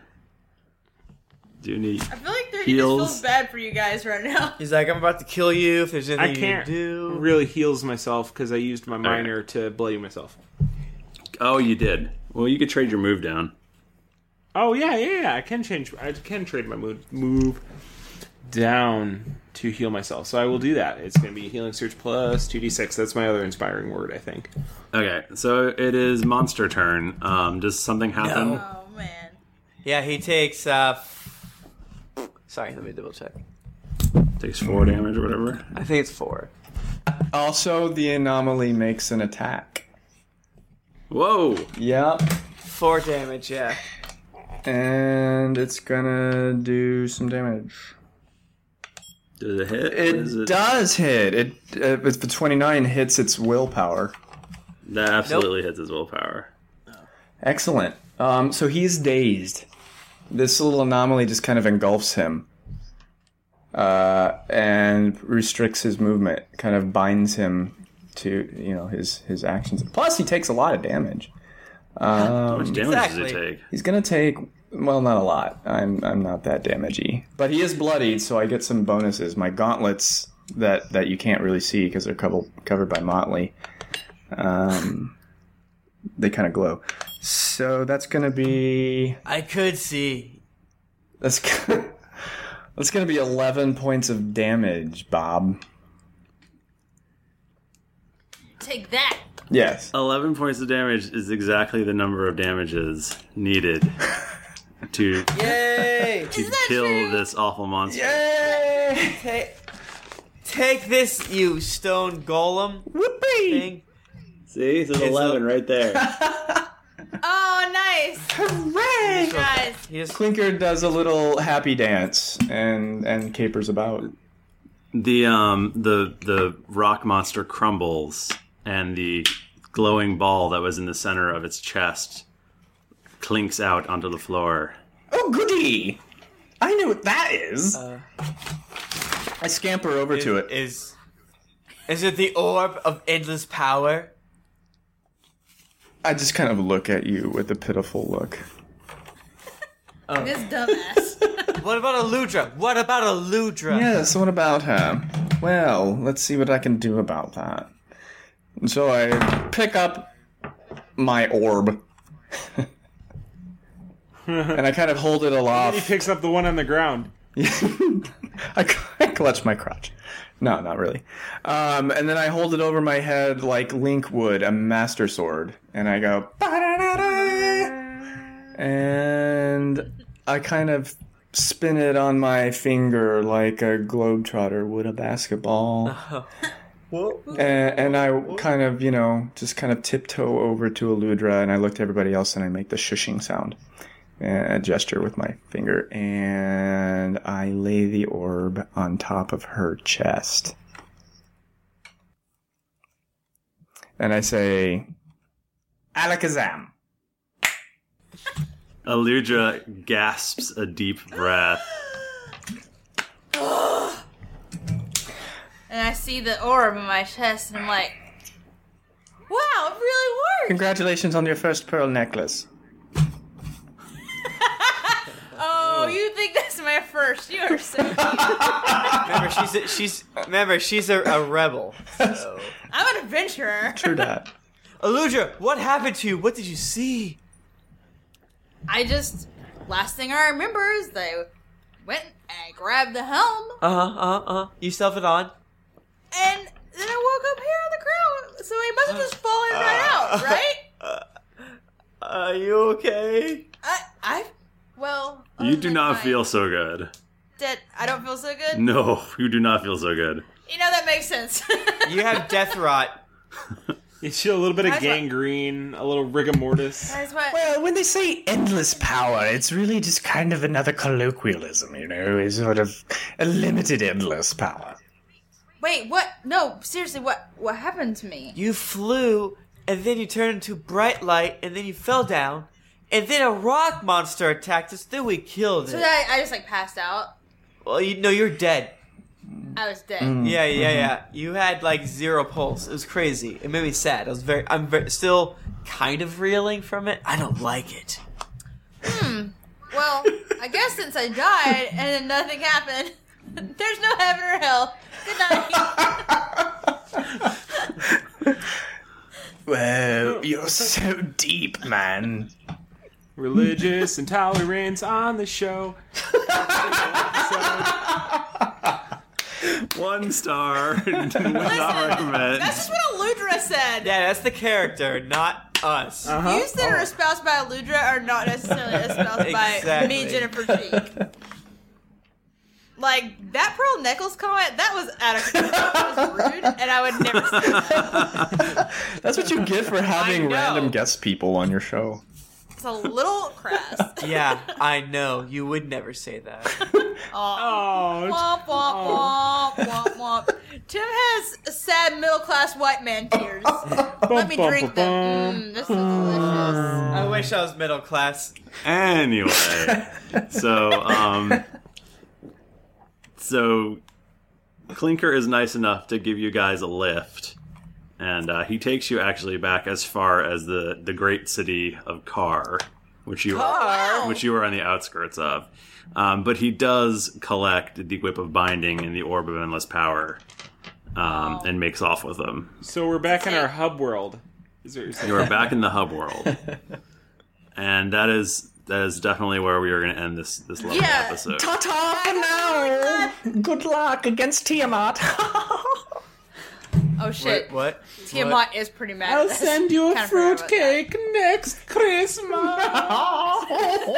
A: Do you need
C: I feel like there- he just feels
A: heals?
C: bad for you guys right now. *laughs*
E: He's like, I'm about to kill you. If there's anything
D: I can't
E: you can do,
D: really heals myself because I used my minor to bloody myself.
A: Oh, you did. Well, you could trade your move down.
D: Oh yeah, yeah, yeah. I can change. I can trade my move move down to heal myself. So I will do that. It's going to be healing surge plus two d six. That's my other inspiring word. I think.
A: Okay, so it is monster turn. Um, does something happen?
E: yeah, he takes. uh f- Sorry, let me double check.
A: Takes four damage or whatever.
E: I think it's four.
B: Also, the anomaly makes an attack.
A: Whoa!
B: Yep.
E: Four damage. Yeah.
B: And it's gonna do some damage.
A: Does it hit? Is
B: It does hit. It uh, if the twenty nine hits its willpower.
A: That absolutely hits his willpower.
B: Excellent. Um, so he's dazed. This little anomaly just kind of engulfs him uh, and restricts his movement, kind of binds him to you know his his actions. Plus, he takes a lot of damage. Um,
A: How much damage does
E: exactly.
A: it take?
B: He's gonna take well, not a lot. I'm I'm not that damagey, but he is bloodied, so I get some bonuses. My gauntlets that that you can't really see because they're covered covered by motley. Um, they kind of glow. So that's gonna be
E: I could see.
B: that's go- *laughs* that's gonna be eleven points of damage, Bob.
C: Take that.
B: Yes.
A: 11 points of damage is exactly the number of damages needed to,
E: Yay!
A: to kill this awful monster.
E: Yay! Take, take this, you stone golem thing.
A: See? There's 11
E: *laughs*
A: right there.
C: Oh, nice.
B: Hooray!
C: Guys,
E: He just
B: Clinker does a little happy dance and and capers about.
A: the um the the rock monster crumbles and the glowing ball that was in the center of its chest clinks out onto the floor.
B: Oh, goody! I know what that is. I scamper over to it.
E: is. Is it the orb of endless power?
B: I just kind of look at you with a pitiful look.
C: this dumbass.
E: Oh. *laughs* What about a Ludra? What about a Ludra?
B: Yeah, so what about her? Well, let's see what I can do about that. So I pick up my orb. *laughs* and I kind of hold it
D: He
B: aloft.
D: picks up the one on the ground.
B: I clutch my crotch. No, not really. Um, and then I hold it over my head like Link would a master sword, and I
C: Mm,
B: go. "Ba-da-da-da." And I kind of spin it on my finger like a globetrotter would a basketball. and, and I kind of, you know, just kind of tiptoe over to Aludra and I look to everybody else and I make the shushing sound, a gesture with my finger, and I lay the orb on top of her chest. And I say, Alakazam.
A: Aludra gasps a deep breath.
C: And I see the orb in my chest, and I'm like, wow, it really worked.
B: Congratulations on your first pearl necklace.
C: Oh, you think that's my first? You are
E: *laughs*
C: so.
E: remember, she's a, she's remember she's a, a rebel.
C: I'm an adventurer.
B: True
E: *laughs*
B: that.
E: Aludra, what happened to you? What did you see?
C: I just last thing I remember is they went and grabbed the helm,
E: Uh huh. Uh huh. Uh-huh. You self it on.
C: and then I woke up here on the ground. So it must have
E: Uh,
C: just fallen right
E: *laughs*
C: out, right?
E: Are you okay?
C: I, I, well,
E: Oh
A: You do not feel so good.
C: that I don't feel so good.
A: No, you do not feel so good.
C: You know that makes sense. *laughs*
E: You have death rot.
D: It's a little bit
C: That's
D: of
C: what-
D: gangrene, a little rigor mortis.
C: That's what.
B: Well, when they say endless power, it's really just kind of another colloquialism, you know, is sort of a limited endless power.
C: Wait, what? No, seriously, what? What happened to me?
E: You flew, and then you turned into bright light, and then you fell down, and then a rock monster attacked us. Then we killed
C: So
E: it.
C: I, I just like passed out.
E: Well, you no, you're dead.
C: I was dead.
A: Mm,
E: Yeah, yeah,
A: mm-hmm.
E: yeah. You had like zero pulse. It was crazy. It made me sad. I was very, I'm very, still kind of reeling from it. I don't like it.
C: *laughs* Well, I guess since I died and then nothing happened, *laughs* there's no heaven or hell. Good night.
B: Whoa,
A: Oh.
B: you're so deep, man.
D: Religious intolerance on the show.
A: One star.
E: *laughs*
A: would not
E: Uh,
A: recommend.
C: That's just what Aludra said.
E: Yeah, that's the character, not us.
A: Uh-huh.
E: Uh-huh.
C: Views that
E: Oh.
C: are espoused by Aludra are not
E: *laughs*
C: necessarily espoused by
E: Exactly.
C: me, Jennifer Cheek. Like that pearl necklace comment, that was out of that was rude, and I would never say that.
B: *laughs* That's what you get for having
E: know.
B: random guest people on your show.
C: It's a little
E: *laughs*
C: crass.
E: Yeah, I know. You would never say that. Oh,
C: womp, womp, womp, womp, womp. Tim has sad middle class white man tears.
E: Oh.
C: Oh, Let me drink them. Mm, this is delicious.
E: I wish I was middle class.
A: Anyway, so um, so Clinker is nice enough to give you guys a lift, and uh, he takes you actually back as far as the the great city of Car, which you are, which you are on the outskirts of. Um, but he does collect the Whip of Binding and the Orb of Endless Power, um, and makes off with them.
D: So we're back in our hub world. Is what you're saying.
A: You are
C: *laughs*
A: back in the hub world, and that is that is definitely where we are going to end this this lovely
C: Yeah.
A: episode.
B: Ta-ta for now! Good luck against Tiamat.
C: Oh shit.
E: What?
C: Tiamat is pretty mad. at this. Kinda forgot about that.
D: next Christmas.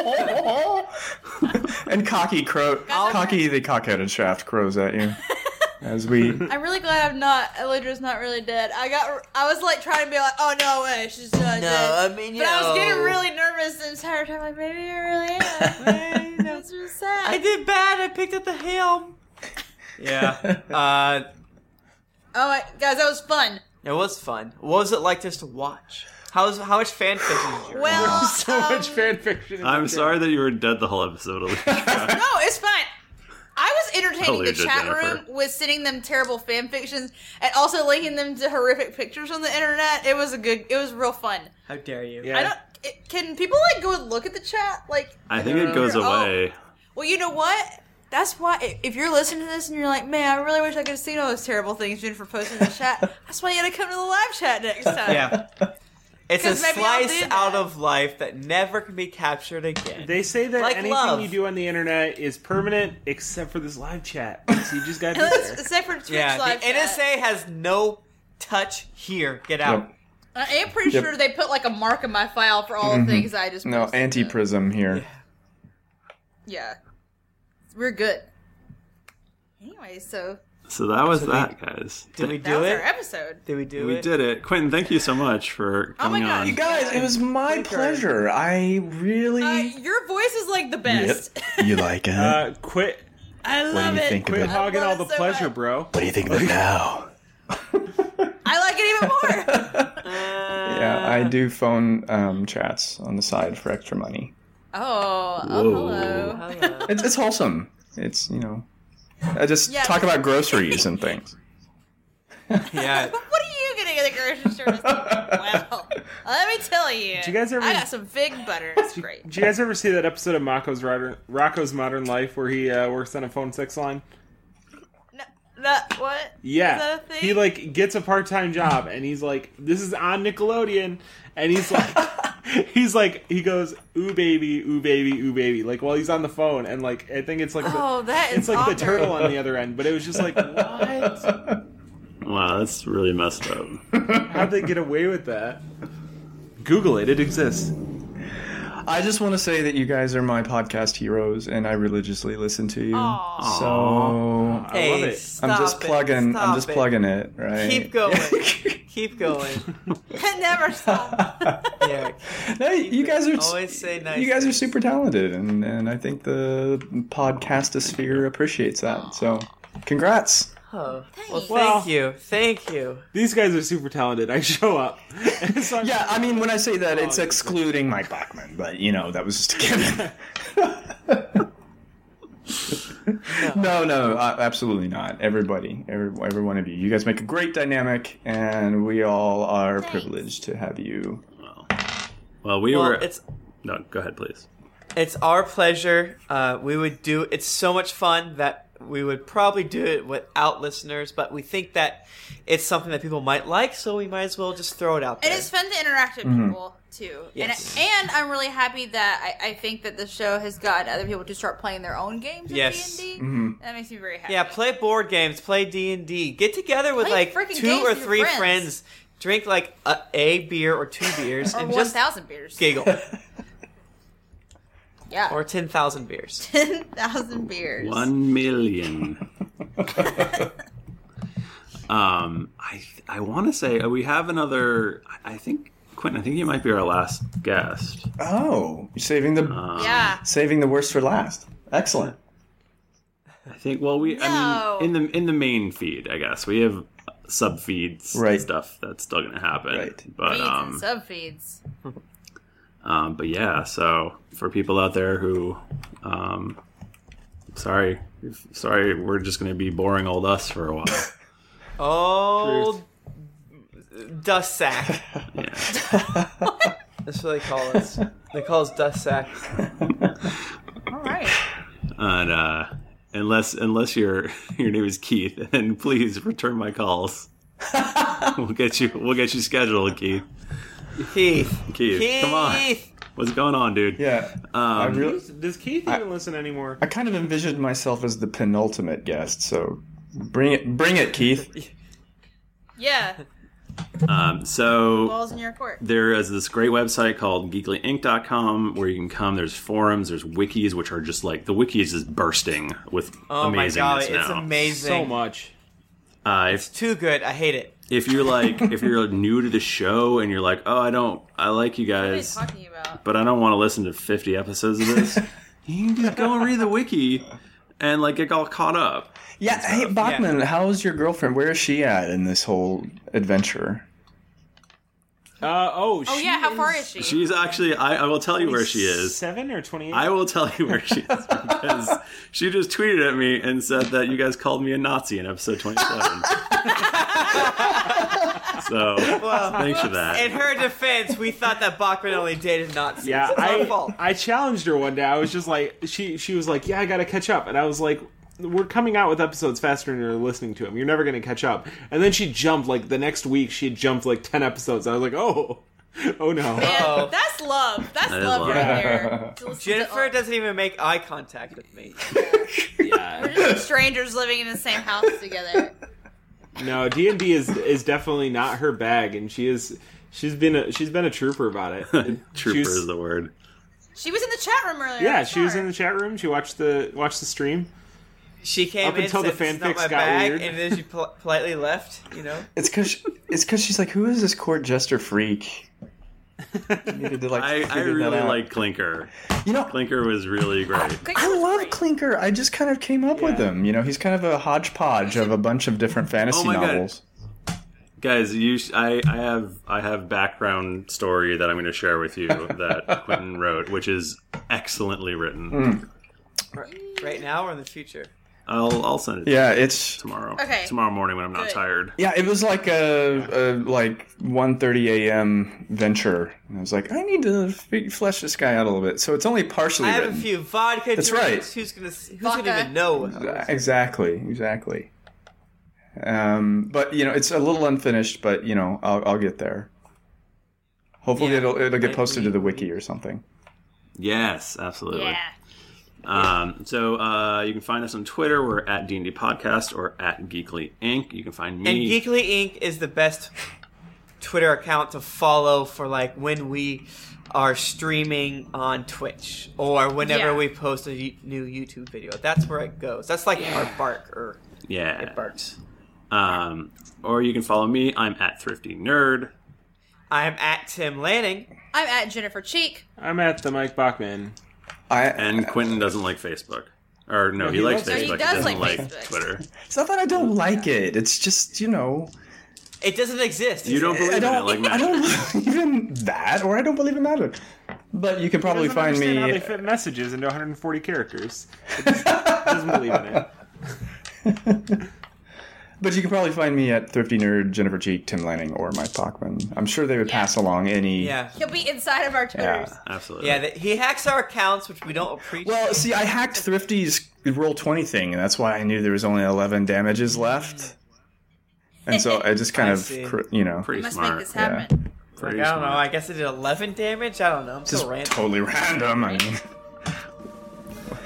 E: *laughs*
B: and Cocky crow, Cocky the cockheaded shaft crows at you. As we
C: I'm really glad I'm not. Elydra's not really dead. I got. I was like trying to be like, oh no way, she's not
E: No,
C: dead.
E: I mean,
C: but
E: you
C: I was getting
E: know.
C: really nervous the entire time. Like maybe I really
E: *laughs*
C: am. That's just sad.
E: I did bad. I picked up the helm. Yeah. Uh,
C: Oh my, guys, that was fun.
E: *laughs* it was fun. What was it like just to watch? How was how much fan fiction did you read?
C: Well, *laughs* um,
D: so
E: *laughs*
D: much fan fiction. in
A: I'm
D: this
A: sorry that you were dead the whole
C: *laughs*
A: episode. Alicia.
C: no, it's fine. I was entertaining the
A: Elytra,
C: chat
A: Jennifer.
C: room with sending them terrible fan fictions and also linking them to horrific pictures on the internet. It was a good. It was real fun.
E: How dare you?
D: Yeah.
C: I don't. It, can people like go and look at the chat? Like
A: I think it goes
C: Oh.
A: away.
C: Well, you know what? That's why i- if you're listening to this and you're like, man, I really wish I could have seen all those terrible things Jennifer posted in the *laughs* chat. That's why you gotta come to the live chat next time. *laughs*
E: Yeah. It's a
C: 'Cause maybe I'll
E: slice
C: do that.
E: out of life that never can be captured again.
D: They say that
E: Like
D: anything
E: love.
D: you do on the internet is permanent, except for this live chat. So you just
C: *laughs*
D: gotta be there.
C: Except for Twitch
E: yeah,
C: live
E: the
C: chat.
E: NSA has no touch here. Get out.
C: I am pretty
B: Yep.
C: sure they put like a mark in
B: Mm-hmm.
C: my file for all the things I just
B: no
C: posted.
B: anti-prism here.
C: Yeah. We're good. Anyway, so
A: So that was
E: So
A: that, guys.
E: Did we
C: that
E: do
C: was
E: it?
C: our episode.
E: Did we do
A: we
E: it?
A: did it, Quentin. Thank you so much for
C: Oh my
A: coming
C: God,
A: on.
B: You guys, it was my pleasure. I really.
C: Uh, your voice is like the best.
B: You like it?
D: Uh, quit,
C: I
B: do
C: love
B: you
C: it.
B: think of
D: quit
B: it?
D: hogging all the pleasure, bro.
B: what do you think of it now?
C: *laughs* I like it even more.
B: *laughs* Yeah, I do phone um, chats on the side for extra money.
C: Oh, oh, hello. *laughs*
B: It's, it's wholesome. It's you know, I just
C: Yeah.
B: talk about groceries and things.
E: *laughs* Yeah.
C: What are you getting at the grocery store? this week? well, let me tell you.
D: Do you guys ever-
C: I got some fig butter.
A: *laughs*
C: It's great.
D: Did you guys ever see that episode of Rocco's, Rider, Rocco's Modern Life where he uh, works on a phone sex line?
C: No, that what?
D: Yeah,
C: Is that a thing?
D: he like gets a part time job, and he's like, "This is on Nickelodeon," and
C: *laughs*
D: he's like, he's like, he goes, "Ooh baby, ooh baby, ooh baby," like while he's on the phone, and like I think it's like,
C: Oh,
D: the,
C: that is
D: it's like
C: awkward.
D: the turtle on the other end, but it was
C: *laughs*
D: just like, what?
A: Wow, that's really messed up.
D: How'd they get away with that? Google it; it exists.
B: I just want to say that you guys are my podcast heroes, and I religiously listen to you. So
D: I love
E: Hey,
D: it.
B: I'm
E: stop
B: just
E: it,
B: plugging. I'm
E: stop
B: just
E: it.
B: plugging it. Right. *laughs*
E: Keep going. Keep going.
C: never stop.
B: *laughs*
E: Yeah.
B: No, you guys are.
E: Always say nice.
B: you guys are super talented, and, and I think the podcastosphere appreciates that. So, congrats.
E: Oh. Well,
D: Well-
E: thank you. Thank you.
D: These guys are super talented. I show up. *laughs* So I'm- Oh,
B: Yeah, I mean, when I say that, it's excluding Mike Blackman, but you know, that was just a given.
D: *laughs*
B: *laughs* no, no, uh, absolutely not. Everybody, every, every one of you. You guys make a great dynamic, and we all are privileged to have you.
A: Well, we
E: Well,
A: were.
E: it's
A: No, go ahead, please.
E: it's our pleasure. Uh, we would do. It's so much fun that we would probably do it without listeners, but we think that it's something that people might like, so we might as well just throw it out there.
C: And it's fun to interact with
A: Mm-hmm.
C: people too.
E: Yes.
C: And, and I'm really happy that I, I think that the show has gotten other people to start playing their own games. of
E: Yes.
C: D&D.
B: Mm-hmm.
C: That makes me very happy.
E: yeah, play board games, play D and D, get together with
C: Play
E: like
C: freaking
E: two
C: games
E: or
C: with your
E: three
C: friends.
E: friends, drink like a, a beer or two beers,
C: *laughs* Or
E: and
C: one
E: just
C: thousand beers. *laughs*
E: giggle,
C: Yeah, *laughs*
E: or ten thousand beers.
C: ten thousand beers.
A: One
B: *laughs*
A: million. um, I I want to say uh, we have another. I- I think Quentin. I think you might be our last guest. Um,
B: Oh, you're saving the
C: Yeah.
B: saving the worst for last. Excellent.
A: I think. Well, we.
C: No.
A: I mean, in the in the main feed, I guess we have sub feeds
B: Right.
A: stuff that's still going to happen.
B: Right.
A: But
C: Feeds
A: um,
C: and *laughs* subfeeds.
A: um, but yeah. So for people out there who, um, sorry, sorry, we're just going to be boring old us for a while.
E: Old dust
A: *laughs*
E: sack.
A: Yeah.
E: That's what they call us. They call us dust sack.
C: All right.
A: And uh, unless unless your *laughs* your name is Keith, *laughs* then please return
E: *laughs*
A: my calls. we'll get you we'll get you scheduled, Keith.
E: Keith.
A: Keith, come on. Um,
E: Keith.
A: What's going on, dude?
B: Yeah, I really,
D: Does Keith even listen anymore?
B: I kind of envisioned myself as the penultimate guest. So, bring it, bring it, Keith.
C: Yeah.
A: Um, so
C: Balls in your court.
A: there is this great website called geeklyinc.com where you can come. There's forums, there's wikis, which are just like the wiki is just bursting with
E: Oh my
A: amazingness
E: god, it's
A: now.
E: amazing.
D: So much.
A: Uh, if
E: Too good. I hate it.
A: if you're like if you're new to the show and you're like, oh, I don't, I like you
C: What are you
A: guys,
C: talking about?
A: but I don't want to listen to 50 episodes
E: *laughs*
A: of this. you can just go and read the wiki and like get all caught up.
B: Yeah, hey Bachman, how's your girlfriend? Where is she at in this whole adventure?
D: Uh, oh,
C: Oh yeah, how far is she?
A: She's actually, I, I will tell you where she is.
D: Seven or twenty-eight.
A: I will tell you where she is because she just tweeted at me and said that you guys called me a Nazi in episode 27. so thanks for
E: In
A: that.
E: her defense, we thought that Bachman only dated Nazis. *laughs*
D: yeah,
E: it's our fault.
D: I, I challenged her one day. I was just like, she she was like, yeah, I gotta catch up, and I was like, we're coming out with episodes faster than you're listening to them. You're never gonna catch up. And then she jumped like the next week. She had jumped like ten episodes. I was like, oh, *laughs* oh no.
C: Yeah, that's love. That's
A: That is
C: love,
A: love.
C: right
A: *laughs*
C: there. To listen to
E: Jennifer
C: all-
E: doesn't even make eye contact with me.
C: We're just strangers living in the same house together.
D: No, D and D is is definitely not her
A: *laughs*
D: bag, and she is she's been a, she's been a trooper about it.
A: Trooper
D: She's-
A: is the word.
C: She was in the chat room earlier.
D: Yeah, she was in the chat room. She watched the watched the stream.
E: She came
D: up
E: in,
D: until the
E: said, "This is not
D: fanfics
E: my
D: got
E: bag,"
D: weird.
E: and then she pol- politely left. You know,
B: It's because it's because she's like, who is this court jester freak? I needed to, like,
A: I, I
B: figure that
A: really
B: out.
A: like Clinker.
B: You know,
A: Clinker was really great.
B: I love Clinker. I just kind of came up with him. You know, he's kind of a hodgepodge of a bunch of different
E: Oh
B: fantasy
A: my God.
B: novels.
A: Guys, you, sh- I, I have, I have background story that I'm going to share with
B: *laughs*
A: you that Quentin wrote, which is excellently written.
B: Mm.
E: R- right now or in the future.
A: I'll, I'll send it.
B: Yeah, it's
A: tomorrow.
E: Okay.
A: Tomorrow morning when I'm not tired.
B: Yeah, it was like a, a like 1:30 a.m. venture. And I was like, I need to f- flesh this guy out a little bit. So it's only partially
E: I have
B: written.
E: a few vodka
B: That's
E: drinks.
B: right.
E: Who's gonna s- Who's gonna even know?
B: Exactly, exactly. Um, but you know, it's a little unfinished, but you know, I'll, I'll get there. Hopefully, it'll it'll get posted to the wiki or something.
A: Yes, absolutely.
C: Yeah.
A: Um, so uh, you can find us on Twitter. We're at D&D Podcast or at Geekly Inc. You can find me.
E: And Geekly Inc. is the best Twitter account to follow for like when we are streaming on Twitch or whenever
A: Yeah.
E: we post a y- new YouTube video. That's where it goes. That's like our bark or
A: Yeah.
E: it barks.
A: Um, or you can follow me. I'm at Thrifty Nerd.
E: I'm at Tim Lanning.
C: I'm at Jennifer Cheek.
D: I'm at the Mike Bachman.
B: I
A: and Quentin doesn't like Facebook. Or no, he, likes Facebook.
C: He
A: He
C: does
A: doesn't like,
C: like Facebook.
A: Twitter.
B: It's not that I don't like it. It's just you know,
E: It doesn't exist.
A: You don't believe
B: I
A: in it,
B: don't *laughs*
A: like
B: I
A: Matt. *laughs*
B: don't believe in that, or I don't believe in that. But you can probably
D: doesn't
B: find
D: understand
B: me.
D: how they fit messages into 140 characters. It just- doesn't believe in it.
B: But you can probably find me at Thrifty Nerd, Jennifer Cheek, Tim Lanning, or Mike Bachman. I'm sure they would pass along any.
E: Yeah.
C: He'll be inside of our Twitters.
A: absolutely.
E: Yeah, that he hacks our accounts, which we don't appreciate.
B: Well, see, I hacked Thrifty's roll twenty thing, and that's why I knew there was only eleven damages left. And so I just
A: *laughs*
B: kind
E: I
B: of,
E: see.
B: cr- you know,
A: Pretty
E: Must make smart. this happen. Like, I don't know. I guess it did 11 damage. I don't know. I'm
B: Just
E: so random.
B: totally
A: *laughs*
B: random. I mean,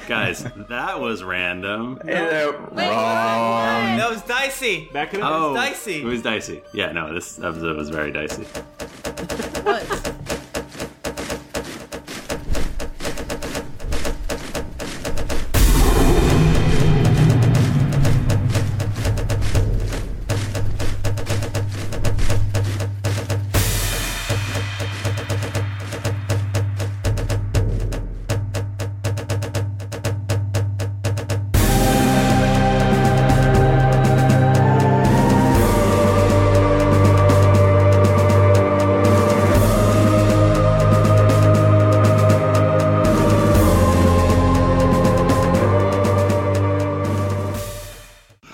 A: Guys, that was random.
E: uh, Wrong. That was dicey. Back
D: it
A: Oh.
E: That was dicey.
A: It was dicey. Yeah, no, this episode was very dicey.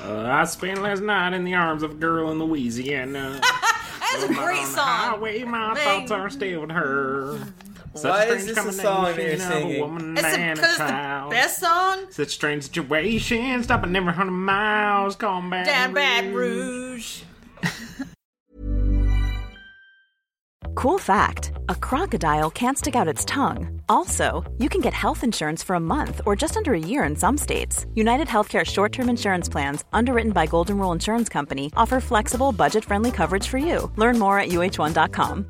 D: Uh, I spent last night in the arms of a girl in *laughs* Louisiana.
C: That's a great song.
D: Highway, my
C: Bang.
D: thoughts are still with her.
E: Why
D: strange
E: is this a song you're
D: combination of a
E: singing?
D: woman
C: It's
D: and a
C: because it's the
D: child.
C: best song.
D: Such strange situation, stopping every hundred miles, calling back.
C: Down Baton Rouge.
K: Cool fact a crocodile can't stick out its tongue. Also, you can get health insurance for a month or just under a year in some states. United Healthcare short term insurance plans, underwritten by Golden Rule Insurance Company, offer flexible, budget friendly coverage for you. Learn more at uh1.com.